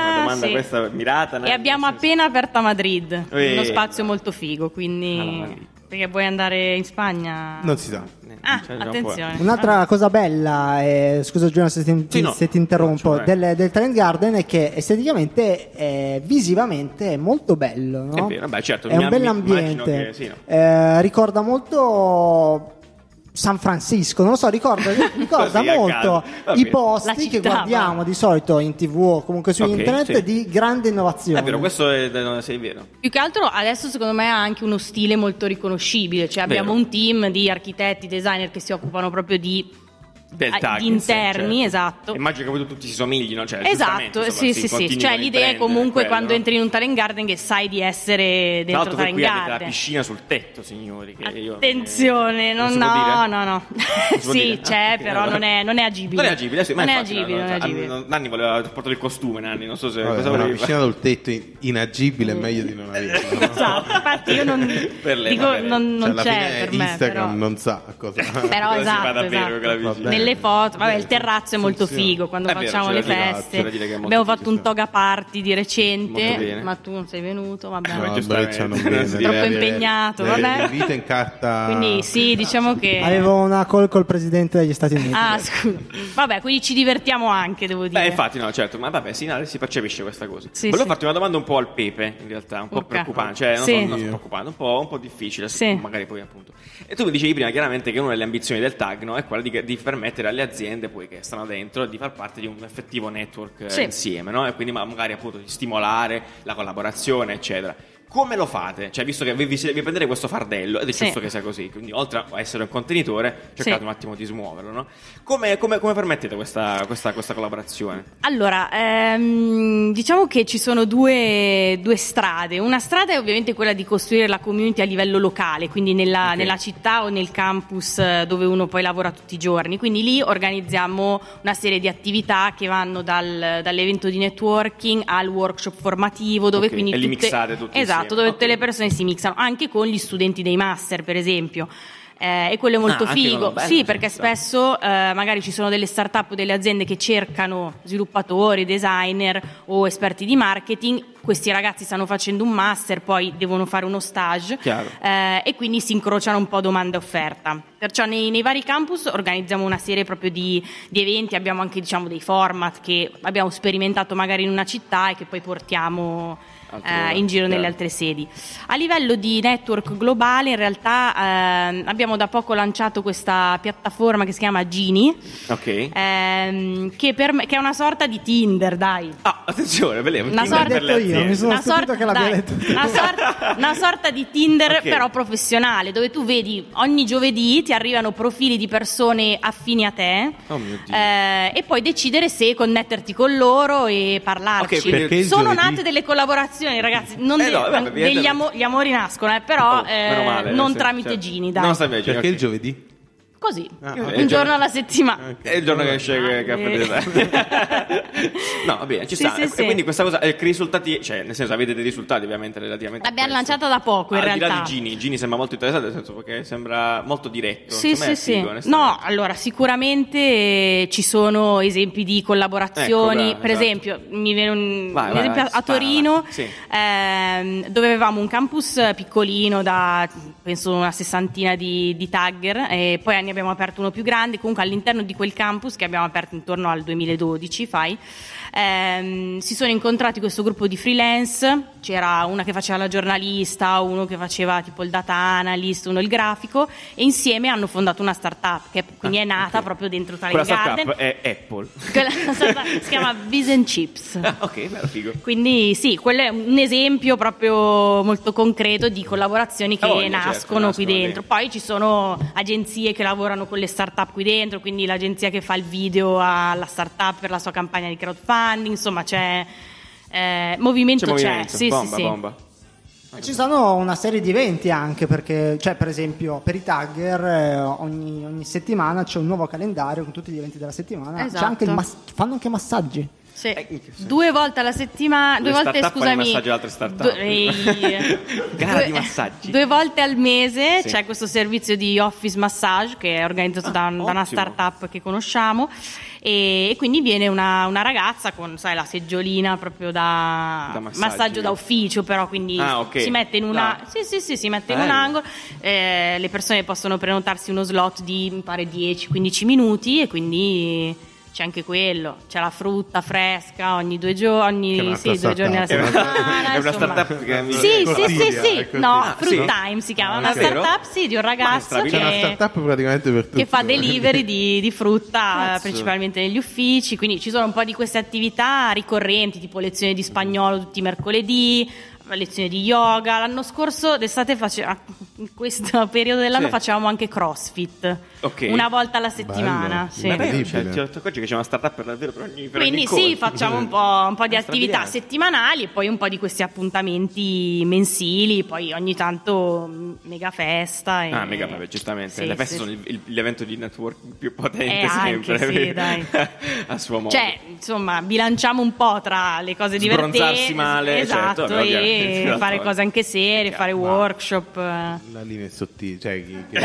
[SPEAKER 3] Una domanda
[SPEAKER 5] sì.
[SPEAKER 3] questa mirata.
[SPEAKER 5] E
[SPEAKER 3] nel
[SPEAKER 5] abbiamo
[SPEAKER 3] senso-
[SPEAKER 5] appena aperto a Madrid,
[SPEAKER 3] Eh.
[SPEAKER 5] uno spazio molto figo, quindi...
[SPEAKER 3] Alla Madrid.
[SPEAKER 5] perché vuoi andare in Spagna?
[SPEAKER 4] Non si sa.
[SPEAKER 3] Eh,
[SPEAKER 5] Ah,
[SPEAKER 3] cioè, già un po'.
[SPEAKER 5] attenzione.
[SPEAKER 6] Un'altra cosa bella, eh, scusa Giulia se ti,
[SPEAKER 3] Sì, no.
[SPEAKER 6] se ti interrompo,
[SPEAKER 3] No, cioè,
[SPEAKER 6] del, del Talent Garden è che esteticamente, eh, visivamente è molto bello. no?
[SPEAKER 3] È vero, beh, certo,
[SPEAKER 6] È un
[SPEAKER 3] mi- mi-
[SPEAKER 6] bell'ambiente.
[SPEAKER 3] immagino che sì, no.
[SPEAKER 6] Eh, ricorda molto San Francisco, non lo so, ricorda, ricorda
[SPEAKER 3] Così, a
[SPEAKER 6] molto
[SPEAKER 3] caso. Va
[SPEAKER 6] i
[SPEAKER 3] bene.
[SPEAKER 5] La
[SPEAKER 6] posti che
[SPEAKER 5] città,
[SPEAKER 6] guardiamo
[SPEAKER 5] va.
[SPEAKER 6] di solito in tv o comunque su
[SPEAKER 3] Ok,
[SPEAKER 6] internet
[SPEAKER 3] sì.
[SPEAKER 6] di grande innovazione.
[SPEAKER 3] È vero, questo è, no, sì, è vero.
[SPEAKER 5] Più che altro adesso secondo me ha anche uno stile molto riconoscibile, cioè abbiamo
[SPEAKER 3] Vero.
[SPEAKER 5] un team di architetti, designer che si occupano proprio di
[SPEAKER 3] Eh, Del
[SPEAKER 5] Ah,
[SPEAKER 3] tag,
[SPEAKER 5] gli
[SPEAKER 3] in sé,
[SPEAKER 5] interni,
[SPEAKER 3] certo.
[SPEAKER 5] esatto.
[SPEAKER 3] Immagino che voi tutti si somiglino. Cioè, giustamente,
[SPEAKER 5] Esatto,
[SPEAKER 3] insomma,
[SPEAKER 5] sì,
[SPEAKER 3] si
[SPEAKER 5] sì, sì,
[SPEAKER 3] continui
[SPEAKER 5] cioè
[SPEAKER 3] con i
[SPEAKER 5] l'idea è
[SPEAKER 3] trend,
[SPEAKER 5] comunque
[SPEAKER 3] quello,
[SPEAKER 5] quando
[SPEAKER 3] no?
[SPEAKER 5] entri in un talent garden che sai di essere
[SPEAKER 3] Tra
[SPEAKER 5] dentro
[SPEAKER 3] l'altro voi
[SPEAKER 5] talent
[SPEAKER 3] qui avete la
[SPEAKER 5] garden.
[SPEAKER 3] piscina sul tetto, signori. Che io-
[SPEAKER 5] Attenzione,
[SPEAKER 3] eh,
[SPEAKER 5] no,
[SPEAKER 3] non si può
[SPEAKER 5] no,
[SPEAKER 3] dire?
[SPEAKER 5] no, no.
[SPEAKER 3] Non si può
[SPEAKER 5] Sì,
[SPEAKER 3] dire?
[SPEAKER 5] c'è,
[SPEAKER 3] Ah, ok,
[SPEAKER 5] però non è- non è agibile.
[SPEAKER 3] Non è agibile, sì, ma
[SPEAKER 5] Non è
[SPEAKER 3] infatti, no,
[SPEAKER 5] agibile,
[SPEAKER 3] no,
[SPEAKER 5] non è
[SPEAKER 3] ah,
[SPEAKER 5] agibile.
[SPEAKER 3] no, Nanni voleva portare il costume, Nanni, non so se
[SPEAKER 4] Vabbè,
[SPEAKER 3] cosa
[SPEAKER 4] una
[SPEAKER 3] voleva.
[SPEAKER 4] piscina dal tetto in- inagibile è
[SPEAKER 5] Mm.
[SPEAKER 4] meglio di non averla. no?
[SPEAKER 5] Esatto, infatti io non
[SPEAKER 3] Per lei,
[SPEAKER 5] dico,
[SPEAKER 3] va bene.
[SPEAKER 5] non, non
[SPEAKER 4] Cioè, alla
[SPEAKER 5] c'è
[SPEAKER 4] fine
[SPEAKER 5] per me.
[SPEAKER 4] Instagram
[SPEAKER 5] però.
[SPEAKER 4] non sa a cosa.
[SPEAKER 5] Però
[SPEAKER 3] Cosa si fa
[SPEAKER 5] esatto,
[SPEAKER 3] davvero
[SPEAKER 5] esatto.
[SPEAKER 3] con la piscina?
[SPEAKER 4] Vabbè.
[SPEAKER 5] Nelle foto, vabbè, il
[SPEAKER 4] Sì,
[SPEAKER 5] terrazzo è molto
[SPEAKER 4] funziona.
[SPEAKER 5] figo quando
[SPEAKER 3] È vero,
[SPEAKER 5] facciamo
[SPEAKER 3] c'è
[SPEAKER 5] le
[SPEAKER 3] da dire,
[SPEAKER 5] feste.
[SPEAKER 3] c'è da dire che è molto
[SPEAKER 5] Abbiamo
[SPEAKER 3] figo,
[SPEAKER 5] fatto un
[SPEAKER 4] sì.
[SPEAKER 5] toga party di
[SPEAKER 3] Molto bene.
[SPEAKER 5] recente, ma tu non sei venuto, vabbè.
[SPEAKER 4] No,
[SPEAKER 3] Giustamente.
[SPEAKER 4] Breccia non
[SPEAKER 3] Troppo
[SPEAKER 4] viene, deve avere
[SPEAKER 5] impegnato,
[SPEAKER 4] le-
[SPEAKER 5] vabbè.
[SPEAKER 4] le vite in carta.
[SPEAKER 5] Quindi sì, diciamo che
[SPEAKER 6] Avevo una call col presidente degli Stati Uniti.
[SPEAKER 5] Ah, scusa. Vabbè, quindi ci divertiamo anche, devo dire.
[SPEAKER 3] Beh, infatti, no, certo, ma vabbè, sì, no, si percepisce questa cosa.
[SPEAKER 5] Sì,
[SPEAKER 3] Volevo
[SPEAKER 5] sì.
[SPEAKER 3] farti una domanda un po' al pepe, in realtà, un po'
[SPEAKER 5] Ok.
[SPEAKER 3] preoccupante, cioè, non,
[SPEAKER 5] Sì.
[SPEAKER 3] so, non so, preoccupante, un po', un po' difficile,
[SPEAKER 5] Sì.
[SPEAKER 3] magari poi appunto. E tu mi dicevi prima chiaramente che una delle ambizioni del TAG no, è quella di, di permettere alle aziende poi che stanno dentro di far parte di un effettivo network eh,
[SPEAKER 5] Sì.
[SPEAKER 3] insieme, no? E quindi ma- magari appunto di stimolare la collaborazione, eccetera. Come lo fate? Cioè, visto che vi, vi, vi prendete questo fardello, ed è
[SPEAKER 5] Sì.
[SPEAKER 3] giusto che sia così, quindi oltre a essere un contenitore, cercate
[SPEAKER 5] Sì.
[SPEAKER 3] un attimo di smuoverlo, no? Come, come- come permettete questa- questa- questa collaborazione?
[SPEAKER 5] Allora, ehm, diciamo che ci sono due, due strade. Una strada è ovviamente quella di costruire la community a livello locale, quindi nella,
[SPEAKER 3] Ok.
[SPEAKER 5] nella città o nel campus eh, dove uno poi lavora tutti i giorni. Quindi lì organizziamo una serie di attività che vanno dal- dall'evento di networking al workshop formativo, dove
[SPEAKER 3] Ok,
[SPEAKER 5] quindi
[SPEAKER 3] e li
[SPEAKER 5] tutte-
[SPEAKER 3] mixate tutti
[SPEAKER 5] Esatto,
[SPEAKER 3] insieme,
[SPEAKER 5] dove
[SPEAKER 3] ok.
[SPEAKER 5] tutte le persone si mixano, anche con gli studenti dei master, per esempio. Eh, e quello è molto
[SPEAKER 3] Ah, anche
[SPEAKER 5] figo.
[SPEAKER 3] quello bello,
[SPEAKER 5] sì,
[SPEAKER 3] sì,
[SPEAKER 5] perché
[SPEAKER 3] esatto.
[SPEAKER 5] spesso spesso eh, magari ci sono delle start-up o delle aziende che cercano sviluppatori, designer o esperti di marketing, questi ragazzi stanno facendo un master, poi devono fare uno stage
[SPEAKER 3] Chiaro.
[SPEAKER 5] eh, e quindi si incrociano un po' domanda e offerta. Perciò nei, nei vari campus organizziamo una serie proprio di, di eventi, abbiamo anche diciamo, dei format che abbiamo sperimentato magari in una città e che poi portiamo
[SPEAKER 3] Altrove,
[SPEAKER 5] eh, in giro nelle
[SPEAKER 3] chiaro.
[SPEAKER 5] altre sedi. A livello di network globale, in realtà ehm, abbiamo da poco lanciato questa piattaforma che si chiama Gini, Eh.
[SPEAKER 3] Ok.
[SPEAKER 5] ehm, che, per me- che è una sorta di Tinder, dai.
[SPEAKER 3] Ah, attenzione, bellissimo.
[SPEAKER 5] Una
[SPEAKER 3] Tinder
[SPEAKER 5] sorta-
[SPEAKER 3] per le
[SPEAKER 6] L'ho detto io, non mi sono
[SPEAKER 5] una
[SPEAKER 6] stupito
[SPEAKER 5] sorta,
[SPEAKER 6] che l'abbia
[SPEAKER 5] dai,
[SPEAKER 6] letto.
[SPEAKER 5] una sorta- una sorta di Tinder
[SPEAKER 3] Ok.
[SPEAKER 5] però professionale, dove tu vedi ogni giovedì ti arrivano profili di persone affini a te
[SPEAKER 3] Oh mio Dio.
[SPEAKER 5] eh, e poi decidere se connetterti con loro e parlarci.
[SPEAKER 3] Ok, quindi-
[SPEAKER 4] Perché il
[SPEAKER 5] Sono
[SPEAKER 4] giovedì-
[SPEAKER 5] nate delle collaborazioni, ragazzi, non
[SPEAKER 3] Eh
[SPEAKER 5] de-
[SPEAKER 3] no, vabbè,
[SPEAKER 5] non-
[SPEAKER 3] evidentemente.
[SPEAKER 5] degli amo- gli amori nascono, eh, però
[SPEAKER 3] Oh, meno
[SPEAKER 5] eh,
[SPEAKER 3] male,
[SPEAKER 5] non
[SPEAKER 3] sì,
[SPEAKER 5] tramite
[SPEAKER 3] certo.
[SPEAKER 5] Gini, dai.
[SPEAKER 3] Non tramite Gini,
[SPEAKER 4] Perché
[SPEAKER 3] ok.
[SPEAKER 4] il giovedì?
[SPEAKER 5] Così,
[SPEAKER 4] Ah,
[SPEAKER 5] un
[SPEAKER 3] ok.
[SPEAKER 5] giorno alla settimana.
[SPEAKER 3] È il giorno che esce
[SPEAKER 5] Ah,
[SPEAKER 3] che- che
[SPEAKER 5] eh.
[SPEAKER 3] prendete- No, va bene, ci
[SPEAKER 5] Sì,
[SPEAKER 3] sta.
[SPEAKER 5] sì,
[SPEAKER 3] e
[SPEAKER 5] sì.
[SPEAKER 3] quindi questa cosa, eh, che risultati, cioè, nel senso, avete dei risultati ovviamente relativamente. a
[SPEAKER 5] L'abbiamo
[SPEAKER 3] questo.
[SPEAKER 5] lanciata da poco, in
[SPEAKER 3] Al di là
[SPEAKER 5] realtà.
[SPEAKER 3] di Gini, Gini sembra molto interessante, nel senso perché sembra molto diretto.
[SPEAKER 5] Sì,
[SPEAKER 3] Secondo me
[SPEAKER 5] sì,
[SPEAKER 3] è
[SPEAKER 5] sì.
[SPEAKER 3] figo, onestamente.
[SPEAKER 5] No, allora sicuramente eh, ci sono esempi di collaborazioni.
[SPEAKER 3] Ecco, bravo,
[SPEAKER 5] per
[SPEAKER 3] esatto.
[SPEAKER 5] esempio, mi viene un,
[SPEAKER 3] Vai,
[SPEAKER 5] un
[SPEAKER 3] vai,
[SPEAKER 5] esempio
[SPEAKER 3] vai,
[SPEAKER 5] a
[SPEAKER 3] spara,
[SPEAKER 5] Torino,
[SPEAKER 3] vai. Sì.
[SPEAKER 5] ehm, dove avevamo un campus piccolino da penso una sessantina di, di tagger, e poi ne abbiamo aperto uno più grande. Comunque, all'interno di quel campus che abbiamo aperto intorno al 2012, fai. ehm, si sono incontrati questo gruppo di freelance, c'era una che faceva la giornalista, uno che faceva tipo il data analyst, uno il grafico e insieme hanno fondato una startup che quindi è nata proprio dentro Tile
[SPEAKER 3] Ah, Quella
[SPEAKER 5] Garden.
[SPEAKER 3] startup è Apple.
[SPEAKER 5] Quella startup si chiama Bees and Chips.
[SPEAKER 3] Ah, ok, bello, figo.
[SPEAKER 5] Quindi sì, quello è un esempio proprio molto concreto di collaborazioni che
[SPEAKER 3] Ah, voglio, certo,
[SPEAKER 5] nascono, qui
[SPEAKER 3] nascono lì.
[SPEAKER 5] dentro. Poi ci sono agenzie che lavorano con le startup qui dentro, quindi l'agenzia che fa il video alla startup per la sua campagna di crowdfunding, insomma c'è eh, movimento c'è.
[SPEAKER 3] movimento,
[SPEAKER 5] Sì, sì,
[SPEAKER 3] bomba,
[SPEAKER 5] sì.
[SPEAKER 3] bomba.
[SPEAKER 6] Ci sono una serie di eventi anche perché, cioè per esempio per i tagger eh, ogni, ogni settimana c'è un nuovo calendario con tutti gli eventi della settimana.
[SPEAKER 5] Esatto.
[SPEAKER 6] C'è anche il mas- fanno anche massaggi.
[SPEAKER 5] Sì.
[SPEAKER 3] Eh, in che senso?
[SPEAKER 5] Due volte alla settimana, due
[SPEAKER 3] Le
[SPEAKER 5] volte
[SPEAKER 3] startup fanno i
[SPEAKER 5] scusami.
[SPEAKER 3] massaggi ad altre startup.
[SPEAKER 5] due- ehi.
[SPEAKER 3] Gara di
[SPEAKER 5] Due-
[SPEAKER 3] massaggi.
[SPEAKER 5] Due volte al mese
[SPEAKER 3] Sì.
[SPEAKER 5] c'è questo servizio di office massage che è organizzato
[SPEAKER 3] Ah,
[SPEAKER 5] da, un- da una
[SPEAKER 3] ottimo.
[SPEAKER 5] startup che conosciamo e, e quindi viene una, una ragazza con sai, la seggiolina proprio da,
[SPEAKER 3] Da massaggi.
[SPEAKER 5] massaggio da ufficio però quindi
[SPEAKER 3] Ah, ok.
[SPEAKER 5] si mette in una
[SPEAKER 3] Ah.
[SPEAKER 5] sì, sì, sì, si mette in un
[SPEAKER 3] Bello.
[SPEAKER 5] angolo eh, le persone possono prenotarsi uno slot di mi pare 10-15 minuti e quindi c'è anche quello, c'è la frutta fresca ogni due
[SPEAKER 4] Che è
[SPEAKER 5] giorni,
[SPEAKER 4] un'altra
[SPEAKER 5] sì, due giorni alla
[SPEAKER 4] startup.
[SPEAKER 5] settimana.
[SPEAKER 3] è una
[SPEAKER 5] insomma.
[SPEAKER 3] startup che mi-
[SPEAKER 5] Ah, Sì, sì, sì,
[SPEAKER 4] Cortilia,
[SPEAKER 5] sì,
[SPEAKER 4] è Cortilia.
[SPEAKER 5] no,
[SPEAKER 3] Ah,
[SPEAKER 5] Fruit
[SPEAKER 3] sì?
[SPEAKER 5] Time si chiama,
[SPEAKER 3] Ah,
[SPEAKER 5] una
[SPEAKER 3] ok.
[SPEAKER 5] startup sì, di un ragazzo
[SPEAKER 3] Maestra,
[SPEAKER 5] che,
[SPEAKER 4] C'è una startup praticamente per tutti.
[SPEAKER 5] che fa delivery di, di frutta eh,
[SPEAKER 3] Cazzo.
[SPEAKER 5] principalmente negli uffici, quindi ci sono un po' di queste attività ricorrenti, tipo lezioni di spagnolo tutti i mercoledì, lezioni di yoga. L'anno scorso d'estate faceva in questo periodo dell'anno
[SPEAKER 3] Sì.
[SPEAKER 5] facevamo anche CrossFit.
[SPEAKER 3] Ok.
[SPEAKER 5] Una volta alla settimana, sì.
[SPEAKER 3] Ma
[SPEAKER 4] Bello.
[SPEAKER 3] è vero, cioè,
[SPEAKER 4] Incredibile.
[SPEAKER 3] ti accorgi che c'è una startup per davvero per ogni per
[SPEAKER 5] Quindi
[SPEAKER 3] ogni cosa.
[SPEAKER 5] sì, facciamo un po', un po' di attività
[SPEAKER 3] Strabiliante.
[SPEAKER 5] settimanali e poi un po' di questi appuntamenti mensili, poi ogni tanto mh, mega festa. E...
[SPEAKER 3] Ah, mega vabbè, giustamente.
[SPEAKER 5] eh, Sì,
[SPEAKER 3] Le feste
[SPEAKER 5] sì,
[SPEAKER 3] sono
[SPEAKER 5] sì.
[SPEAKER 3] il- il- l'evento di networking più potente
[SPEAKER 5] Eh, anche,
[SPEAKER 3] sempre.
[SPEAKER 5] sì, dai.
[SPEAKER 3] A suo modo.
[SPEAKER 5] Cioè, insomma, bilanciamo un po' tra le cose divertenti.
[SPEAKER 3] Sbronzarsi male,
[SPEAKER 5] esatto,
[SPEAKER 3] certo, beh, ovviamente,
[SPEAKER 5] e
[SPEAKER 3] esatto.
[SPEAKER 5] fare cose anche serie,
[SPEAKER 3] Chiaro,
[SPEAKER 5] fare
[SPEAKER 4] ma-
[SPEAKER 5] workshop. eh.
[SPEAKER 4] La linea è sottile, cioè chi,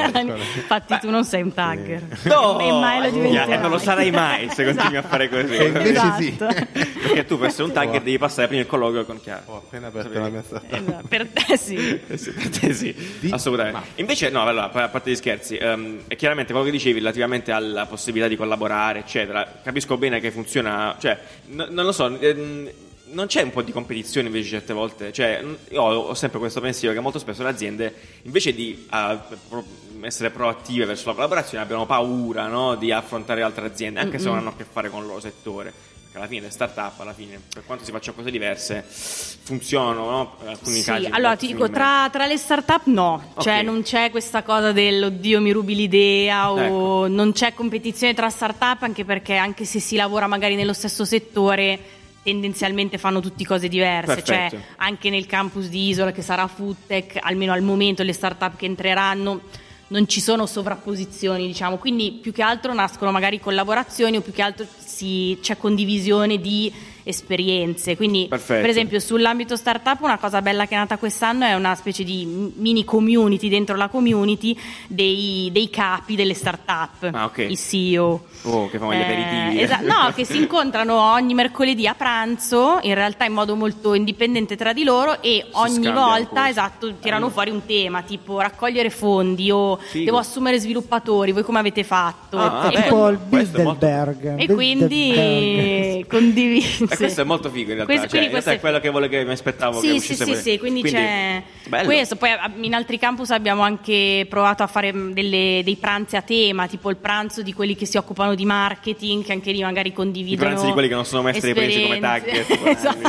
[SPEAKER 3] Eh,
[SPEAKER 4] chi-
[SPEAKER 5] Infatti tu non sei un tagger.
[SPEAKER 3] No!
[SPEAKER 5] E mai Esatto. lo diventerai.
[SPEAKER 3] Eh, non lo sarai mai se continui a fare così.
[SPEAKER 4] E invece sì.
[SPEAKER 5] Esatto.
[SPEAKER 3] Perché tu per essere un tagger devi passare prima il colloquio con Chiara.
[SPEAKER 4] Ho appena aperto la mia startup.
[SPEAKER 5] Esatto, Per te sì.
[SPEAKER 3] Eh sì, per te sì,
[SPEAKER 4] Di-
[SPEAKER 3] assolutamente. Invece, no, allora, a parte gli scherzi, ehm, e chiaramente quello che dicevi relativamente alla possibilità di collaborare, eccetera, capisco bene che funziona, cioè, n- non lo so, ehm, non c'è un po' di competizione invece certe volte, cioè, n- io ho, ho sempre questo pensiero che molto spesso le aziende, invece di ah, pro- essere proattive verso la collaborazione, abbiano paura no, di affrontare altre aziende, anche se non hanno a che fare con il loro settore. Perché alla fine le start-up, alla fine, per quanto si facciano cose diverse, funzionano, no? eh, Alcuni
[SPEAKER 5] Sì,
[SPEAKER 3] casi.
[SPEAKER 5] allora ti dico,
[SPEAKER 3] funzionano
[SPEAKER 5] tra, tra le start-up no,
[SPEAKER 3] Ok.
[SPEAKER 5] cioè non c'è questa cosa dell'oddio mi rubi l'idea o
[SPEAKER 3] Ecco.
[SPEAKER 5] non c'è competizione tra start-up anche perché anche se si lavora magari nello stesso settore tendenzialmente fanno tutti cose diverse,
[SPEAKER 3] Perfetto.
[SPEAKER 5] cioè anche nel campus di Isola che sarà FoodTech, almeno al momento le start-up che entreranno non ci sono sovrapposizioni, diciamo, quindi più che altro nascono magari collaborazioni o più che altro si- c'è condivisione di esperienze, quindi
[SPEAKER 3] Perfetto.
[SPEAKER 5] per esempio sull'ambito startup una cosa bella che è nata quest'anno è una specie di mini community dentro la community dei, dei capi delle startup,
[SPEAKER 3] Ah, ok.
[SPEAKER 5] i CEO.
[SPEAKER 3] Oh, che fanno gli aperitivi.
[SPEAKER 5] Eh, esa- no, che si incontrano ogni mercoledì a pranzo, in realtà in modo molto indipendente tra di loro e ogni
[SPEAKER 3] scambiano
[SPEAKER 5] volta,
[SPEAKER 3] cose.
[SPEAKER 5] esatto, tirano
[SPEAKER 3] Bello.
[SPEAKER 5] fuori un tema, tipo raccogliere fondi o
[SPEAKER 3] Figo.
[SPEAKER 5] devo assumere sviluppatori, voi come avete fatto?
[SPEAKER 3] Ah,
[SPEAKER 5] E
[SPEAKER 3] beh,
[SPEAKER 5] con-
[SPEAKER 6] tipo il
[SPEAKER 3] questo è molto-
[SPEAKER 6] Bilderberg.
[SPEAKER 5] Ecco, e
[SPEAKER 6] Bilderberg.
[SPEAKER 5] quindi condiviso.
[SPEAKER 3] E Eh, Questo è molto figo in realtà.
[SPEAKER 5] Questo-
[SPEAKER 3] cioè,
[SPEAKER 5] quindi
[SPEAKER 3] in realtà
[SPEAKER 5] questo
[SPEAKER 3] è quello che, vole- che mi aspettavo. che
[SPEAKER 5] Sì, sì,
[SPEAKER 3] uscisse
[SPEAKER 5] sì,
[SPEAKER 3] fuori.
[SPEAKER 5] sì, quindi, c'è
[SPEAKER 3] bello.
[SPEAKER 5] questo. Poi a- in altri campus abbiamo anche provato a fare mh, delle- dei pranzi a tema, tipo il pranzo di quelli che si occupano di marketing, che anche lì magari condividono.
[SPEAKER 3] pranzi di quelli che non sono mai stati presi come tag,
[SPEAKER 5] esperienze.
[SPEAKER 3] tipo, eh,
[SPEAKER 5] esatto.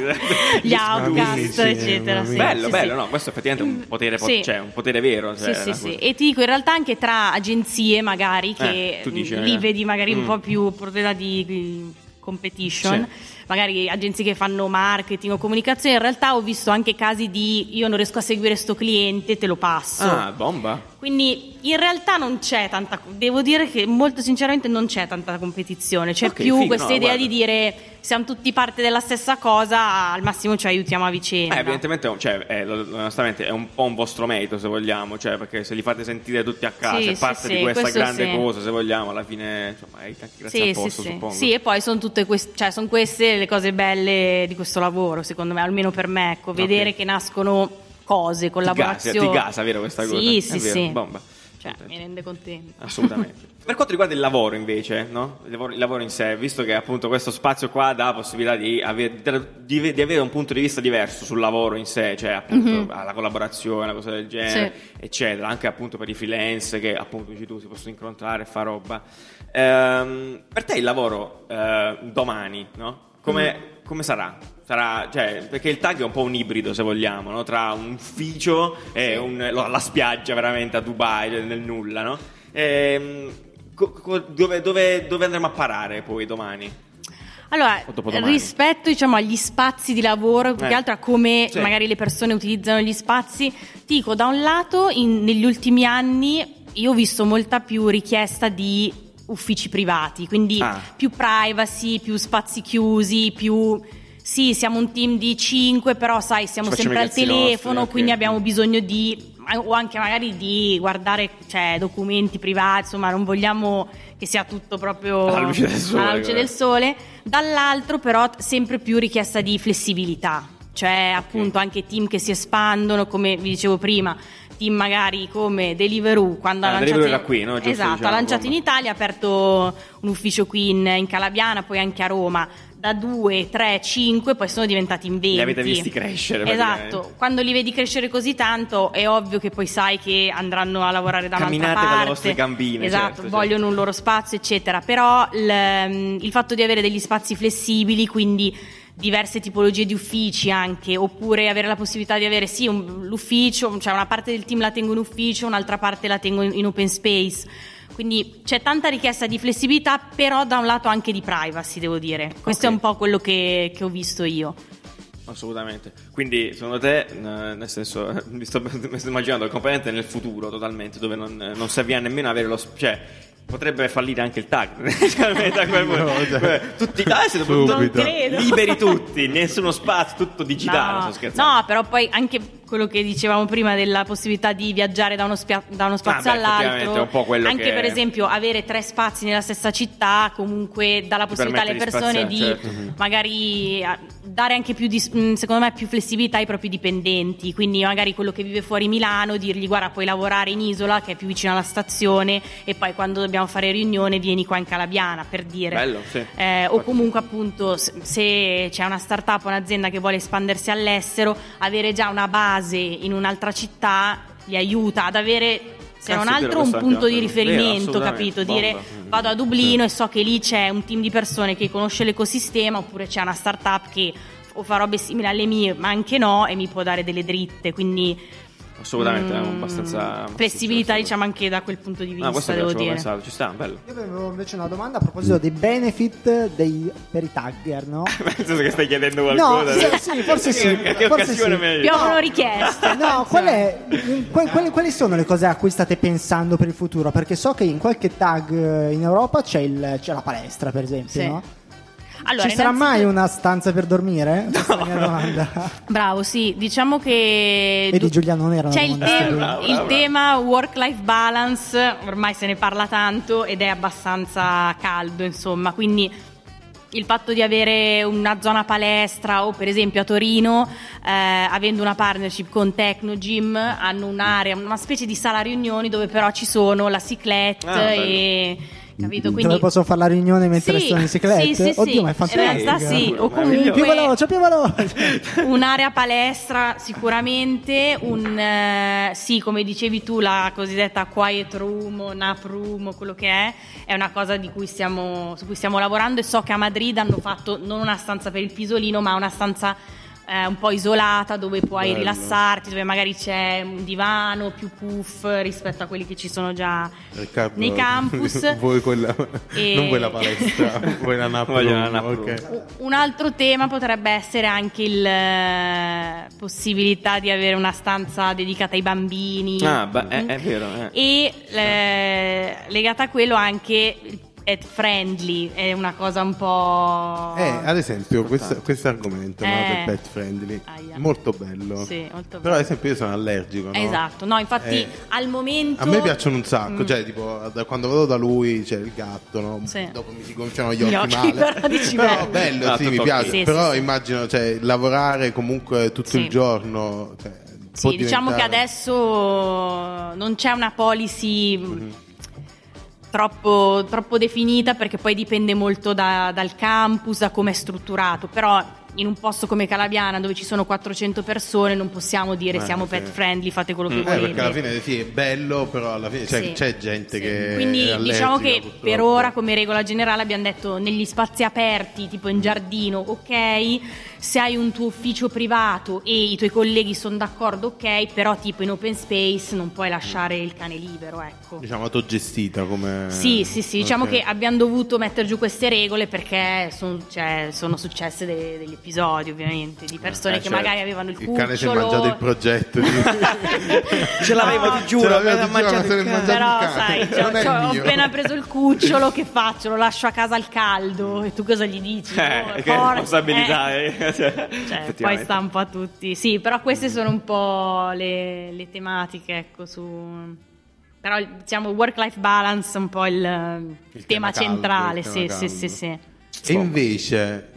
[SPEAKER 5] Gli
[SPEAKER 3] gli
[SPEAKER 5] outcast,
[SPEAKER 4] sbambini, sì,
[SPEAKER 5] eccetera.
[SPEAKER 4] mamma
[SPEAKER 5] sì,
[SPEAKER 4] mia.
[SPEAKER 3] Bello,
[SPEAKER 5] sì,
[SPEAKER 3] bello,
[SPEAKER 5] sì.
[SPEAKER 3] no? Questo effettivamente è un potere, po-
[SPEAKER 5] Sì.
[SPEAKER 3] cioè, un potere vero.
[SPEAKER 5] Sì,
[SPEAKER 3] cioè,
[SPEAKER 5] sì,
[SPEAKER 3] una
[SPEAKER 5] sì.
[SPEAKER 3] cosa-
[SPEAKER 5] E ti dico, in realtà anche tra agenzie magari
[SPEAKER 3] Eh,
[SPEAKER 5] che
[SPEAKER 3] tu dici,
[SPEAKER 5] mh,
[SPEAKER 3] eh.
[SPEAKER 5] lì vedi magari un
[SPEAKER 3] Mm.
[SPEAKER 5] po' più proprietà di, di competition, magari agenzie che fanno marketing o comunicazione, in realtà ho visto anche casi di io non riesco a seguire sto cliente, te lo passo.
[SPEAKER 3] Ah, bomba.
[SPEAKER 5] Quindi in realtà non c'è tanta, devo dire che molto sinceramente non c'è tanta competizione, c'è
[SPEAKER 3] Ok,
[SPEAKER 5] più
[SPEAKER 3] figo,
[SPEAKER 5] questa
[SPEAKER 3] no,
[SPEAKER 5] idea
[SPEAKER 3] guarda.
[SPEAKER 5] di dire siamo tutti parte della stessa cosa, al massimo ci aiutiamo a vicenda.
[SPEAKER 3] Eh, evidentemente, cioè, eh, lo- lo- onestamente, è un po' un vostro merito, se vogliamo, cioè, perché se li fate sentire tutti a casa,
[SPEAKER 5] Sì,
[SPEAKER 3] è
[SPEAKER 5] sì,
[SPEAKER 3] parte
[SPEAKER 5] sì,
[SPEAKER 3] di questa
[SPEAKER 5] questo
[SPEAKER 3] grande
[SPEAKER 5] sì.
[SPEAKER 3] cosa, se vogliamo, alla fine, insomma, è anche grazie
[SPEAKER 5] Sì,
[SPEAKER 3] al posto,
[SPEAKER 5] sì, sì.
[SPEAKER 3] suppongo.
[SPEAKER 5] Sì, e poi sono tutte queste, cioè, sono queste le cose belle di questo lavoro, secondo me, almeno per me, ecco, vedere
[SPEAKER 3] Ok.
[SPEAKER 5] che nascono cose, collaborazioni.
[SPEAKER 3] Ti gasa, vero questa cosa?
[SPEAKER 5] Sì,
[SPEAKER 3] È
[SPEAKER 5] sì,
[SPEAKER 3] vero, Boh.
[SPEAKER 5] sì.
[SPEAKER 3] bomba. Certo.
[SPEAKER 5] Cioè, mi rende contenta.
[SPEAKER 3] Assolutamente. per quanto riguarda il lavoro, invece, no? il, lavoro, il lavoro in sé, visto che appunto questo spazio qua dà la possibilità di avere, di, di avere un punto di vista diverso sul lavoro in sé, cioè appunto alla collaborazione, una cosa del genere, eh, eccetera, anche appunto per i freelance che appunto dici tu si possono incontrare e fare roba. Ehm, per te il lavoro eh, domani, no? come, come sarà? Sarà, cioè, perché il tag è un po' un ibrido, se vogliamo, no? tra un ufficio e un- lo- la spiaggia veramente a Dubai, cioè, nel nulla, no? Ehm, co- co- dove, dove- dove andremo a parare poi domani?
[SPEAKER 5] Allora,
[SPEAKER 3] O dopodomani.
[SPEAKER 5] rispetto diciamo, agli spazi di lavoro, più
[SPEAKER 3] Eh.
[SPEAKER 5] che altro a come
[SPEAKER 3] Sì.
[SPEAKER 5] magari le persone utilizzano gli spazi, ti dico, da un lato, in- negli ultimi anni io ho visto molta più richiesta di uffici privati, quindi
[SPEAKER 3] Ah.
[SPEAKER 5] più privacy, più spazi chiusi, più... Sì, siamo un team di 5, però sai, siamo
[SPEAKER 3] Ci
[SPEAKER 5] sempre
[SPEAKER 3] facciamo i
[SPEAKER 5] al
[SPEAKER 3] cazzi
[SPEAKER 5] telefono,
[SPEAKER 3] nostri, ok.
[SPEAKER 5] quindi abbiamo bisogno di o anche magari di guardare cioè, documenti privati, insomma, non vogliamo che sia tutto proprio
[SPEAKER 3] Alla luce del sole,
[SPEAKER 5] alla luce del sole. Dall'altro, però, t- sempre più richiesta di flessibilità, cioè appunto anche team che si espandono, come vi dicevo prima. Team magari come Deliveroo quando
[SPEAKER 3] Ah,
[SPEAKER 5] ha lanciato,
[SPEAKER 3] Deliveroo era qui, no? Giusto,
[SPEAKER 5] esatto,
[SPEAKER 3] diciamo,
[SPEAKER 5] ha lanciato in
[SPEAKER 3] insomma.
[SPEAKER 5] Italia, ha aperto un ufficio qui in, in Calabiana, poi anche a Roma, da 2, 3, 5, poi sono diventati in 20.
[SPEAKER 3] Li avete visti crescere, praticamente.
[SPEAKER 5] Esatto, quando li vedi crescere così tanto è ovvio che poi sai che andranno a lavorare da un'altra
[SPEAKER 3] Camminate
[SPEAKER 5] parte.
[SPEAKER 3] con le vostre gambine,
[SPEAKER 5] Esatto,
[SPEAKER 3] certo, certo.
[SPEAKER 5] vogliono un loro spazio, eccetera. Però il, il fatto di avere degli spazi flessibili, quindi diverse tipologie di uffici anche, oppure avere la possibilità di avere sì un- l'ufficio, cioè una parte del team la tengo in ufficio, un'altra parte la tengo in, in open space. Quindi c'è tanta richiesta di flessibilità, però da un lato anche di privacy, devo dire. Questo
[SPEAKER 3] Ok.
[SPEAKER 5] è un po' quello che- che ho visto io.
[SPEAKER 3] Assolutamente. Quindi, secondo te, eh, nel senso, mi sto, mi sto immaginando il componente nel futuro totalmente, dove non, non servirà nemmeno avere lo. sp- cioè, potrebbe fallire anche il tag. tendenzialmente, a quel punto.
[SPEAKER 4] No, cioè,
[SPEAKER 3] tutti ah, siete proprio
[SPEAKER 4] subito.
[SPEAKER 3] tutti
[SPEAKER 5] Non credo.
[SPEAKER 3] liberi tutti, nessuno spazio, tutto digitale. sto scherzando.
[SPEAKER 5] no, però poi anche quello che dicevamo prima della possibilità di viaggiare da uno, spia- da uno spazio
[SPEAKER 3] Ah, beh, effettivamente
[SPEAKER 5] all'altro,
[SPEAKER 3] è un po' quello
[SPEAKER 5] anche
[SPEAKER 3] che-
[SPEAKER 5] per esempio avere tre spazi nella stessa città comunque dà la possibilità alle
[SPEAKER 3] permette di
[SPEAKER 5] persone di Mhm.
[SPEAKER 3] spaziare, certo.
[SPEAKER 5] magari a- dare anche più, dis- mh, secondo me, più flessibilità ai propri dipendenti, quindi magari quello che vive fuori Milano dirgli guarda puoi lavorare in isola che è più vicino alla stazione e poi quando dobbiamo fare riunione vieni qua in Calabiana per dire.
[SPEAKER 3] Bello, sì.
[SPEAKER 5] Eh, o comunque appunto se- se c'è una startup o un'azienda che vuole espandersi all'estero, avere già una base in un'altra città gli aiuta ad avere se
[SPEAKER 3] Ah,
[SPEAKER 5] non
[SPEAKER 3] sì, è vero,
[SPEAKER 5] altro un
[SPEAKER 3] questo anche
[SPEAKER 5] punto
[SPEAKER 3] è
[SPEAKER 5] di
[SPEAKER 3] vero,
[SPEAKER 5] riferimento,
[SPEAKER 3] assolutamente,
[SPEAKER 5] capito?
[SPEAKER 3] bomba.
[SPEAKER 5] Dire vado a Dublino e so che lì c'è un team di persone che conosce l'ecosistema oppure c'è una startup che o fa robe simili alle mie, ma anche no, e mi può dare delle dritte, quindi
[SPEAKER 3] Assolutamente, è
[SPEAKER 5] mm,
[SPEAKER 3] abbastanza.
[SPEAKER 5] flessibilità
[SPEAKER 3] abbastanza-
[SPEAKER 5] diciamo anche da quel punto di vista,
[SPEAKER 3] No, questo
[SPEAKER 5] devo
[SPEAKER 3] piace
[SPEAKER 5] dire.
[SPEAKER 3] pensare, ci sta, bello.
[SPEAKER 6] Io avevo invece una domanda a proposito dei benefit dei, per i tagger, no?
[SPEAKER 5] Eh,
[SPEAKER 3] Penso che stai chiedendo
[SPEAKER 6] No,
[SPEAKER 3] qualcosa.
[SPEAKER 6] sì, sì, forse sì,
[SPEAKER 3] Che- Che
[SPEAKER 6] forse
[SPEAKER 3] occasione
[SPEAKER 6] sì.
[SPEAKER 3] meglio.
[SPEAKER 5] Piovono richieste.
[SPEAKER 6] No, qual è- que- quali, quali sono le cose a cui state pensando per il futuro? Perché so che in qualche tag eh, in Europa c'è, il- c'è la palestra, per esempio,
[SPEAKER 5] Sì.
[SPEAKER 6] no?
[SPEAKER 5] Allora,
[SPEAKER 6] Ci sarà mai
[SPEAKER 5] innanzitutto-
[SPEAKER 6] una stanza per dormire? Questa è la mia domanda.
[SPEAKER 5] Bravo, sì, diciamo che
[SPEAKER 6] Vedi, Giulia, non era una
[SPEAKER 5] c'è il,
[SPEAKER 6] domanda
[SPEAKER 5] tem-
[SPEAKER 3] stupida. Bravo,
[SPEAKER 5] il
[SPEAKER 3] bravo, bravo.
[SPEAKER 5] tema work-life balance, ormai se ne parla tanto ed è abbastanza caldo, insomma, quindi il fatto di avere una zona palestra o per esempio a Torino, eh, avendo una partnership con Tecnogym, hanno un'area, una specie di sala riunioni dove però ci sono la ciclette
[SPEAKER 3] Ah, bello.
[SPEAKER 5] e capito?
[SPEAKER 6] Dove
[SPEAKER 5] Quindi
[SPEAKER 6] posso fare la riunione mentre
[SPEAKER 5] Sì,
[SPEAKER 6] sto in bicicletta?
[SPEAKER 5] Sì, sì, sì.
[SPEAKER 6] Oddio, ma è fantastico.
[SPEAKER 5] In realtà sì, o
[SPEAKER 3] Meraviglioso.
[SPEAKER 6] Più
[SPEAKER 5] comunque
[SPEAKER 6] veloce, più veloce.
[SPEAKER 5] un'area palestra sicuramente, un eh, sì, come dicevi tu, la cosiddetta quiet room, o nap room, o quello che è, è una cosa di cui stiamo, su cui stiamo lavorando e so che a Madrid hanno fatto non una stanza per il pisolino, ma una stanza eh, un po' isolata dove puoi
[SPEAKER 4] Bello.
[SPEAKER 5] rilassarti, dove magari c'è un divano più puff rispetto a quelli che ci sono già
[SPEAKER 4] Riccardo,
[SPEAKER 5] nei campus.
[SPEAKER 4] Voi quella,
[SPEAKER 5] E-
[SPEAKER 4] Non voi la palestra, voi la Napoli.
[SPEAKER 3] Voglio la Napoli.
[SPEAKER 4] ok.
[SPEAKER 5] Un altro tema potrebbe essere anche la possibilità di avere una stanza dedicata ai bambini.
[SPEAKER 3] Ah, beh, è- è vero,
[SPEAKER 5] E eh, legata a quello anche il pet friendly, è una cosa un po'...
[SPEAKER 4] Eh, ad esempio, questo, questo argomento no,
[SPEAKER 5] Eh.
[SPEAKER 4] del pet friendly,
[SPEAKER 5] Aia.
[SPEAKER 4] molto bello.
[SPEAKER 5] Sì, molto
[SPEAKER 4] Però
[SPEAKER 5] bello.
[SPEAKER 4] ad esempio io sono allergico. no?
[SPEAKER 5] Esatto, no, infatti
[SPEAKER 4] Eh,
[SPEAKER 5] al momento...
[SPEAKER 4] A me piacciono un sacco,
[SPEAKER 5] Mm.
[SPEAKER 4] cioè tipo da quando vado da lui c'è il gatto, no?
[SPEAKER 5] Sì.
[SPEAKER 4] dopo mi si gonfiano gli
[SPEAKER 5] Gli
[SPEAKER 4] occhi,
[SPEAKER 5] occhi,
[SPEAKER 4] male.
[SPEAKER 5] però dici
[SPEAKER 4] Però
[SPEAKER 5] bello.
[SPEAKER 4] bello,
[SPEAKER 3] No,
[SPEAKER 4] sì,
[SPEAKER 3] Ah, tutto
[SPEAKER 4] mi
[SPEAKER 3] ok.
[SPEAKER 4] piace.
[SPEAKER 5] Sì, sì,
[SPEAKER 4] però
[SPEAKER 5] sì.
[SPEAKER 4] immagino cioè, lavorare comunque tutto
[SPEAKER 5] Sì.
[SPEAKER 4] il giorno. Cioè,
[SPEAKER 5] Sì,
[SPEAKER 4] può
[SPEAKER 5] diciamo che
[SPEAKER 4] diventare-
[SPEAKER 5] adesso non c'è una policy mh,
[SPEAKER 4] Mhm.
[SPEAKER 5] troppo, troppo definita perché poi dipende molto da- dal campus, da come è strutturato, però in un posto come Calabiana dove ci sono 400 persone non possiamo dire
[SPEAKER 4] Eh,
[SPEAKER 5] siamo
[SPEAKER 4] sì.
[SPEAKER 5] pet friendly, fate quello che
[SPEAKER 4] Eh,
[SPEAKER 5] volete.
[SPEAKER 4] perché alla fine sì, è bello, però alla fine cioè,
[SPEAKER 5] Sì.
[SPEAKER 4] c'è gente
[SPEAKER 5] Sì.
[SPEAKER 4] che.
[SPEAKER 5] Quindi
[SPEAKER 4] è
[SPEAKER 5] diciamo
[SPEAKER 4] allergica,
[SPEAKER 5] che
[SPEAKER 4] purtroppo.
[SPEAKER 5] per ora, come regola generale, abbiamo detto negli spazi aperti, tipo in giardino, ok. Se hai un tuo ufficio privato e i tuoi colleghi sono d'accordo, ok. Però, tipo in open space non puoi lasciare il cane libero, ecco.
[SPEAKER 4] Diciamo autogestita come.
[SPEAKER 5] Sì, sì, sì, diciamo
[SPEAKER 4] Ok.
[SPEAKER 5] che abbiamo dovuto mettere giù queste regole perché son- cioè, sono successe de- degli episodi, ovviamente, di persone
[SPEAKER 3] eh,
[SPEAKER 5] che
[SPEAKER 3] certo.
[SPEAKER 5] magari avevano il
[SPEAKER 4] cioè, Il cane si è
[SPEAKER 5] cucciolo.
[SPEAKER 4] mangiato il progetto. di-
[SPEAKER 3] Ce l'avevo,
[SPEAKER 5] No,
[SPEAKER 3] ti giuro.
[SPEAKER 4] l'avevo,
[SPEAKER 3] me l'ha
[SPEAKER 4] ti
[SPEAKER 3] mangiato il
[SPEAKER 4] giuro, ma se l'è
[SPEAKER 3] cane.
[SPEAKER 4] mangiato.
[SPEAKER 5] Però
[SPEAKER 4] Mangiato il
[SPEAKER 5] sai,
[SPEAKER 4] cane,
[SPEAKER 5] cioè,
[SPEAKER 4] Eh, non è
[SPEAKER 5] cioè,
[SPEAKER 4] il
[SPEAKER 5] ho
[SPEAKER 4] mio.
[SPEAKER 5] appena preso il cucciolo, che faccio? Lo lascio a casa al caldo e tu cosa gli dici?
[SPEAKER 3] Eh,
[SPEAKER 5] Oh,
[SPEAKER 3] che
[SPEAKER 5] porca-
[SPEAKER 3] responsabilità,
[SPEAKER 5] eh.
[SPEAKER 3] eh. Cioè,
[SPEAKER 5] Cioè, poi
[SPEAKER 3] effettivamente.
[SPEAKER 5] sta un po' a tutti. Sì, però queste sono un po' le, le tematiche, ecco, su... Però diciamo work-life balance è un po' il,
[SPEAKER 4] Il tema
[SPEAKER 5] tema,
[SPEAKER 4] caldo,
[SPEAKER 5] centrale,
[SPEAKER 4] il tema
[SPEAKER 5] sì, sì,
[SPEAKER 4] caldo.
[SPEAKER 5] sì, sì.
[SPEAKER 4] E invece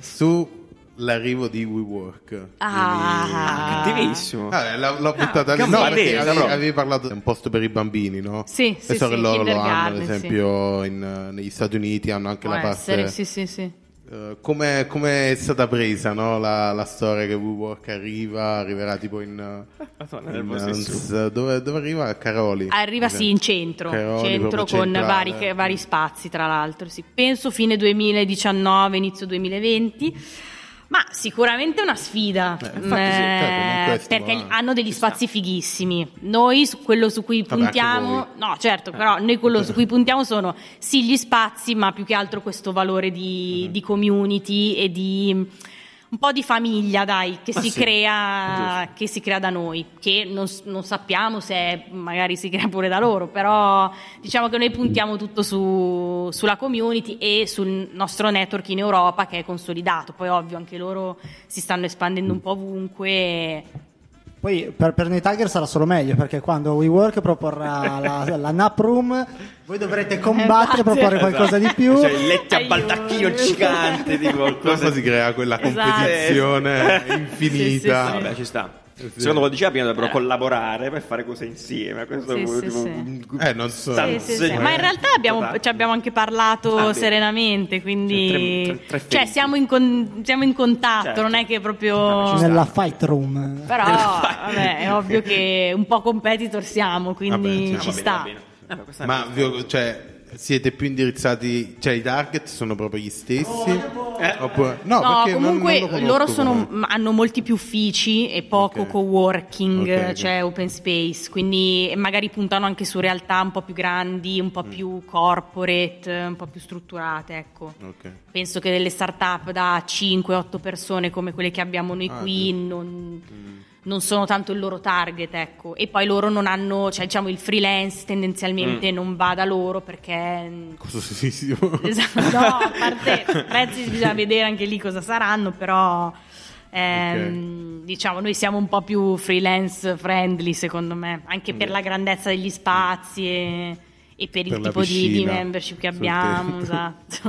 [SPEAKER 4] sull'arrivo di WeWork.
[SPEAKER 5] Ah,
[SPEAKER 3] Cattivissimo.
[SPEAKER 4] Vabbè, l'ho, l'ho buttata lì.
[SPEAKER 3] gamba
[SPEAKER 4] No, perché
[SPEAKER 3] tesa,
[SPEAKER 4] avevi,
[SPEAKER 3] proprio.
[SPEAKER 4] avevi parlato di un posto per i bambini, no? E
[SPEAKER 5] Sì, sì,
[SPEAKER 4] so
[SPEAKER 5] sì,
[SPEAKER 4] che loro lo hanno, ad
[SPEAKER 5] kindergarten, sì.
[SPEAKER 4] esempio, in, eh, negli Stati Uniti hanno anche
[SPEAKER 5] Può
[SPEAKER 4] la parte.
[SPEAKER 5] essere, sì, sì, sì.
[SPEAKER 4] Eh, come, come è stata presa no? la, la storia che WeWork arriva, arriverà tipo in... eh,
[SPEAKER 3] Madonna,
[SPEAKER 4] in,
[SPEAKER 3] nervosissimo.
[SPEAKER 4] eh, dove, dove arriva? A Caroli.
[SPEAKER 5] Arriva
[SPEAKER 4] Esatto.
[SPEAKER 5] sì in centro,
[SPEAKER 4] Caroli,
[SPEAKER 5] centro
[SPEAKER 4] proprio
[SPEAKER 5] con
[SPEAKER 4] centrale.
[SPEAKER 5] vari, che- vari spazi tra l'altro, sì. penso fine 2019, inizio 2020, ma sicuramente è una sfida, Eh,
[SPEAKER 4] Eh, infatti sì, cioè, comunque è
[SPEAKER 5] perché
[SPEAKER 4] stimolante.
[SPEAKER 5] hanno degli
[SPEAKER 3] Ci sta.
[SPEAKER 5] spazi fighissimi, noi su quello su cui
[SPEAKER 4] Vabbè,
[SPEAKER 5] puntiamo,
[SPEAKER 4] anche Eh.
[SPEAKER 5] no certo, però noi quello su cui puntiamo sono sì gli spazi, ma più che altro questo valore di,
[SPEAKER 4] Mhm.
[SPEAKER 5] di community e di... mm, Un po' di famiglia, dai, che
[SPEAKER 3] Ma
[SPEAKER 5] si
[SPEAKER 3] Ah, sì,
[SPEAKER 5] crea
[SPEAKER 3] giusto.
[SPEAKER 5] che si crea da noi, che non, s- non sappiamo se magari si crea
[SPEAKER 3] Mm.
[SPEAKER 5] pure da loro, però diciamo che noi puntiamo tutto su- sulla community e sul nostro network in Europa che è consolidato, poi ovvio anche loro si stanno espandendo
[SPEAKER 3] Mm.
[SPEAKER 5] un po' ovunque.
[SPEAKER 6] Poi per, per noi Tiger sarà solo meglio perché quando WeWork proporrà la, la nap room voi dovrete combattere,
[SPEAKER 5] Esatto.
[SPEAKER 6] proporre qualcosa di più.
[SPEAKER 3] Cioè, il letti a
[SPEAKER 5] Aiuto.
[SPEAKER 3] baldacchino gigante, tipo
[SPEAKER 4] Dopo si crea quella
[SPEAKER 5] Esatto.
[SPEAKER 3] Sì, sì,
[SPEAKER 4] competizione infinita.
[SPEAKER 5] sì.
[SPEAKER 3] Vabbè, ci sta. Secondo voi diceva prima dovrebbero collaborare per fare cose insieme. a Questo
[SPEAKER 5] Eh. Sì,
[SPEAKER 3] tipo, mm,
[SPEAKER 5] sì, sì.
[SPEAKER 3] un-
[SPEAKER 4] Eh, non so.
[SPEAKER 3] Sì,
[SPEAKER 5] Sì, sì,
[SPEAKER 3] sì.
[SPEAKER 5] sì. Ma in realtà abbiamo,
[SPEAKER 3] Esatto.
[SPEAKER 5] ci abbiamo anche parlato
[SPEAKER 3] Ah, beh.
[SPEAKER 5] serenamente, quindi
[SPEAKER 3] Cioè, tre- tre- tre
[SPEAKER 5] cioè,
[SPEAKER 3] feriti.
[SPEAKER 5] siamo, in con- siamo in contatto,
[SPEAKER 3] Certo.
[SPEAKER 5] non è che proprio...
[SPEAKER 3] Vabbè, ci
[SPEAKER 6] Nella fight room.
[SPEAKER 5] Però
[SPEAKER 3] Della-
[SPEAKER 5] vabbè, è ovvio che un po' competitor siamo, quindi
[SPEAKER 4] Vabbè, sì.
[SPEAKER 5] ci
[SPEAKER 3] Ah, va bene, va
[SPEAKER 5] sta.
[SPEAKER 3] bene. Vabbè, questa è
[SPEAKER 4] Ma
[SPEAKER 3] una-
[SPEAKER 4] vi ho- cioè, siete più indirizzati, cioè i target sono proprio gli stessi? Eh, oppure- no,
[SPEAKER 5] No,
[SPEAKER 4] perché non-
[SPEAKER 5] comunque
[SPEAKER 4] non lo conosco
[SPEAKER 5] loro sono-
[SPEAKER 4] come-
[SPEAKER 5] hanno molti più uffici e poco
[SPEAKER 4] Ok.
[SPEAKER 5] co-working,
[SPEAKER 4] Ok, ok.
[SPEAKER 5] cioè open space, quindi e magari puntano anche su realtà un po' più grandi, un po'
[SPEAKER 4] Mm.
[SPEAKER 5] più corporate, un po' più strutturate, ecco.
[SPEAKER 4] Ok.
[SPEAKER 5] Penso che delle start-up da 5-8 persone come quelle che abbiamo noi
[SPEAKER 4] Ah,
[SPEAKER 5] qui
[SPEAKER 4] giusto.
[SPEAKER 5] non,
[SPEAKER 4] Mm.
[SPEAKER 5] non sono tanto il loro target, ecco. E poi loro non hanno, cioè diciamo il freelance tendenzialmente non va da loro perché mm,
[SPEAKER 4] Costosissimo.
[SPEAKER 5] Esatto, no, a parte i prezzi bisogna vedere anche lì cosa saranno, però ehm, diciamo noi siamo un po' più freelance friendly secondo me, anche per la grandezza degli spazi e, e per,
[SPEAKER 4] Per
[SPEAKER 5] il
[SPEAKER 4] la
[SPEAKER 5] tipo di, di
[SPEAKER 4] piscina,
[SPEAKER 5] membership che
[SPEAKER 4] sul
[SPEAKER 5] abbiamo,
[SPEAKER 4] tetto.
[SPEAKER 5] esatto,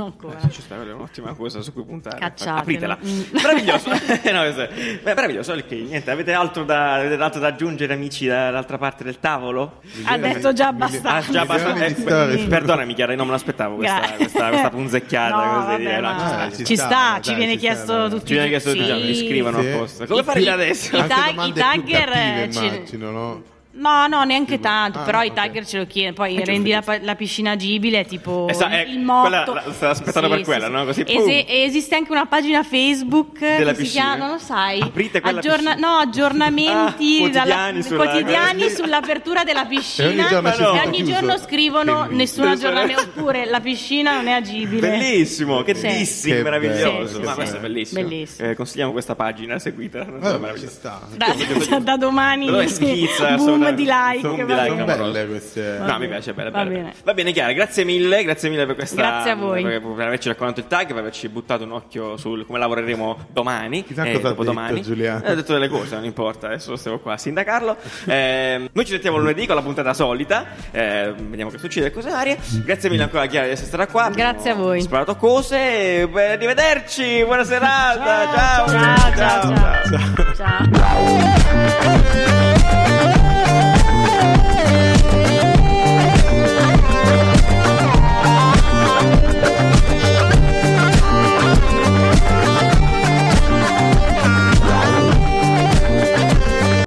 [SPEAKER 3] Eh,
[SPEAKER 5] ancora.
[SPEAKER 3] ci sta, quella è un'ottima cosa su cui puntare.
[SPEAKER 5] Cacciatelo.
[SPEAKER 3] Apritela.
[SPEAKER 5] Mm.
[SPEAKER 3] Meraviglioso. Eh, no, questo è- beh, meraviglioso. ok, niente, avete altro da, avete altro da aggiungere, amici, da- dall'altra parte del tavolo?
[SPEAKER 5] Ha detto già abbastanza.
[SPEAKER 3] Ah, già abbastanza.
[SPEAKER 4] Milioni di storie.
[SPEAKER 3] eh, perdonami, Chiara, io non me l'aspettavo questa,
[SPEAKER 5] Gra-
[SPEAKER 3] questa, questa punzecchiata.
[SPEAKER 5] No,
[SPEAKER 3] così,
[SPEAKER 5] vabbè,
[SPEAKER 3] dire, no,
[SPEAKER 5] ma-
[SPEAKER 3] ci sta,
[SPEAKER 4] Ah,
[SPEAKER 3] ci
[SPEAKER 5] ci,
[SPEAKER 3] sta.
[SPEAKER 5] sta,
[SPEAKER 4] sta,
[SPEAKER 5] ci
[SPEAKER 4] dai,
[SPEAKER 5] viene
[SPEAKER 4] ci
[SPEAKER 5] chiesto
[SPEAKER 4] sta, dai.
[SPEAKER 5] tutti
[SPEAKER 3] Ci viene
[SPEAKER 5] i
[SPEAKER 3] chiesto
[SPEAKER 5] giorni.
[SPEAKER 3] diciamo, li scrivono
[SPEAKER 4] Sì.
[SPEAKER 3] apposta. Come
[SPEAKER 5] I-
[SPEAKER 3] farli
[SPEAKER 5] i-
[SPEAKER 3] adesso?
[SPEAKER 5] i
[SPEAKER 4] Anche
[SPEAKER 5] tag-
[SPEAKER 4] domande
[SPEAKER 5] i
[SPEAKER 4] più
[SPEAKER 5] tagger,
[SPEAKER 4] cattive,
[SPEAKER 5] eh, ci-
[SPEAKER 4] immagino, no?
[SPEAKER 5] No, no, neanche
[SPEAKER 4] Tipo-
[SPEAKER 5] tanto,
[SPEAKER 4] Ah,
[SPEAKER 5] però i
[SPEAKER 4] ok.
[SPEAKER 5] tiger ce lo chiedono, poi
[SPEAKER 4] Eh, giusto,
[SPEAKER 5] rendi la,
[SPEAKER 4] giusto.
[SPEAKER 5] pa- la piscina agibile, tipo
[SPEAKER 3] Eh, sa-
[SPEAKER 5] il-
[SPEAKER 3] eh,
[SPEAKER 5] il motto.
[SPEAKER 3] quella la- la stavo aspettando per quella, no? Così, pum.
[SPEAKER 5] Ese- esiste anche una pagina Facebook
[SPEAKER 3] Della
[SPEAKER 5] che si
[SPEAKER 3] piscina.
[SPEAKER 5] chiama, non lo sai,
[SPEAKER 3] Aprite quella
[SPEAKER 5] aggiorna-
[SPEAKER 3] piscina.
[SPEAKER 5] no, aggiornamenti
[SPEAKER 3] Ah,
[SPEAKER 5] dalla-
[SPEAKER 3] quotidiani sulla-
[SPEAKER 5] quotidiani sull'apertura della piscina
[SPEAKER 4] E ogni giorno
[SPEAKER 3] ci sono
[SPEAKER 5] e ogni
[SPEAKER 4] chiuso.
[SPEAKER 5] giorno scrivono
[SPEAKER 4] Che
[SPEAKER 5] nessun
[SPEAKER 3] minchia.
[SPEAKER 5] aggiornamento oppure la piscina non è agibile.
[SPEAKER 3] Bellissimo, che
[SPEAKER 5] Sì.
[SPEAKER 3] dissing,
[SPEAKER 4] Che
[SPEAKER 3] meraviglioso.
[SPEAKER 5] bello,
[SPEAKER 3] Ma
[SPEAKER 5] sì.
[SPEAKER 3] questo è bellissimo.
[SPEAKER 5] Bellissimo.
[SPEAKER 3] Eh, consigliamo questa pagina, seguitela. non so,
[SPEAKER 4] Vabbè, ci
[SPEAKER 3] meraviglioso.
[SPEAKER 4] sta.
[SPEAKER 5] Da, da domani
[SPEAKER 3] Allora è schizza, assolutamente.
[SPEAKER 5] boom di like.
[SPEAKER 3] Boom di like,
[SPEAKER 5] va bene.
[SPEAKER 4] Sono
[SPEAKER 3] clamoroso.
[SPEAKER 4] belle queste...
[SPEAKER 3] No, mi piace, bella,
[SPEAKER 5] Va
[SPEAKER 3] bella,
[SPEAKER 5] bene.
[SPEAKER 3] bella. Va bene, Chiara, grazie mille, grazie mille per questa
[SPEAKER 5] Grazie a voi.
[SPEAKER 3] per, per averci raccontato il tag, per averci buttato un occhio su come lavoreremo domani.
[SPEAKER 4] Chissà
[SPEAKER 3] eh,
[SPEAKER 4] cosa ha
[SPEAKER 3] dopodomani.
[SPEAKER 4] detto Giuliano.
[SPEAKER 3] Eh, ho detto delle cose, non importa, adesso stiamo qua a sindacarlo. Eh, noi ci sentiamo lunedì con la puntata solita. eh, vediamo che succede e cose varie. Grazie mille ancora Chiara di essere stata qua. Abbiamo
[SPEAKER 5] Grazie a voi.
[SPEAKER 3] Sparato cose. eh, beh, arrivederci, buona serata.
[SPEAKER 5] ciao, ciao, ciao. ciao.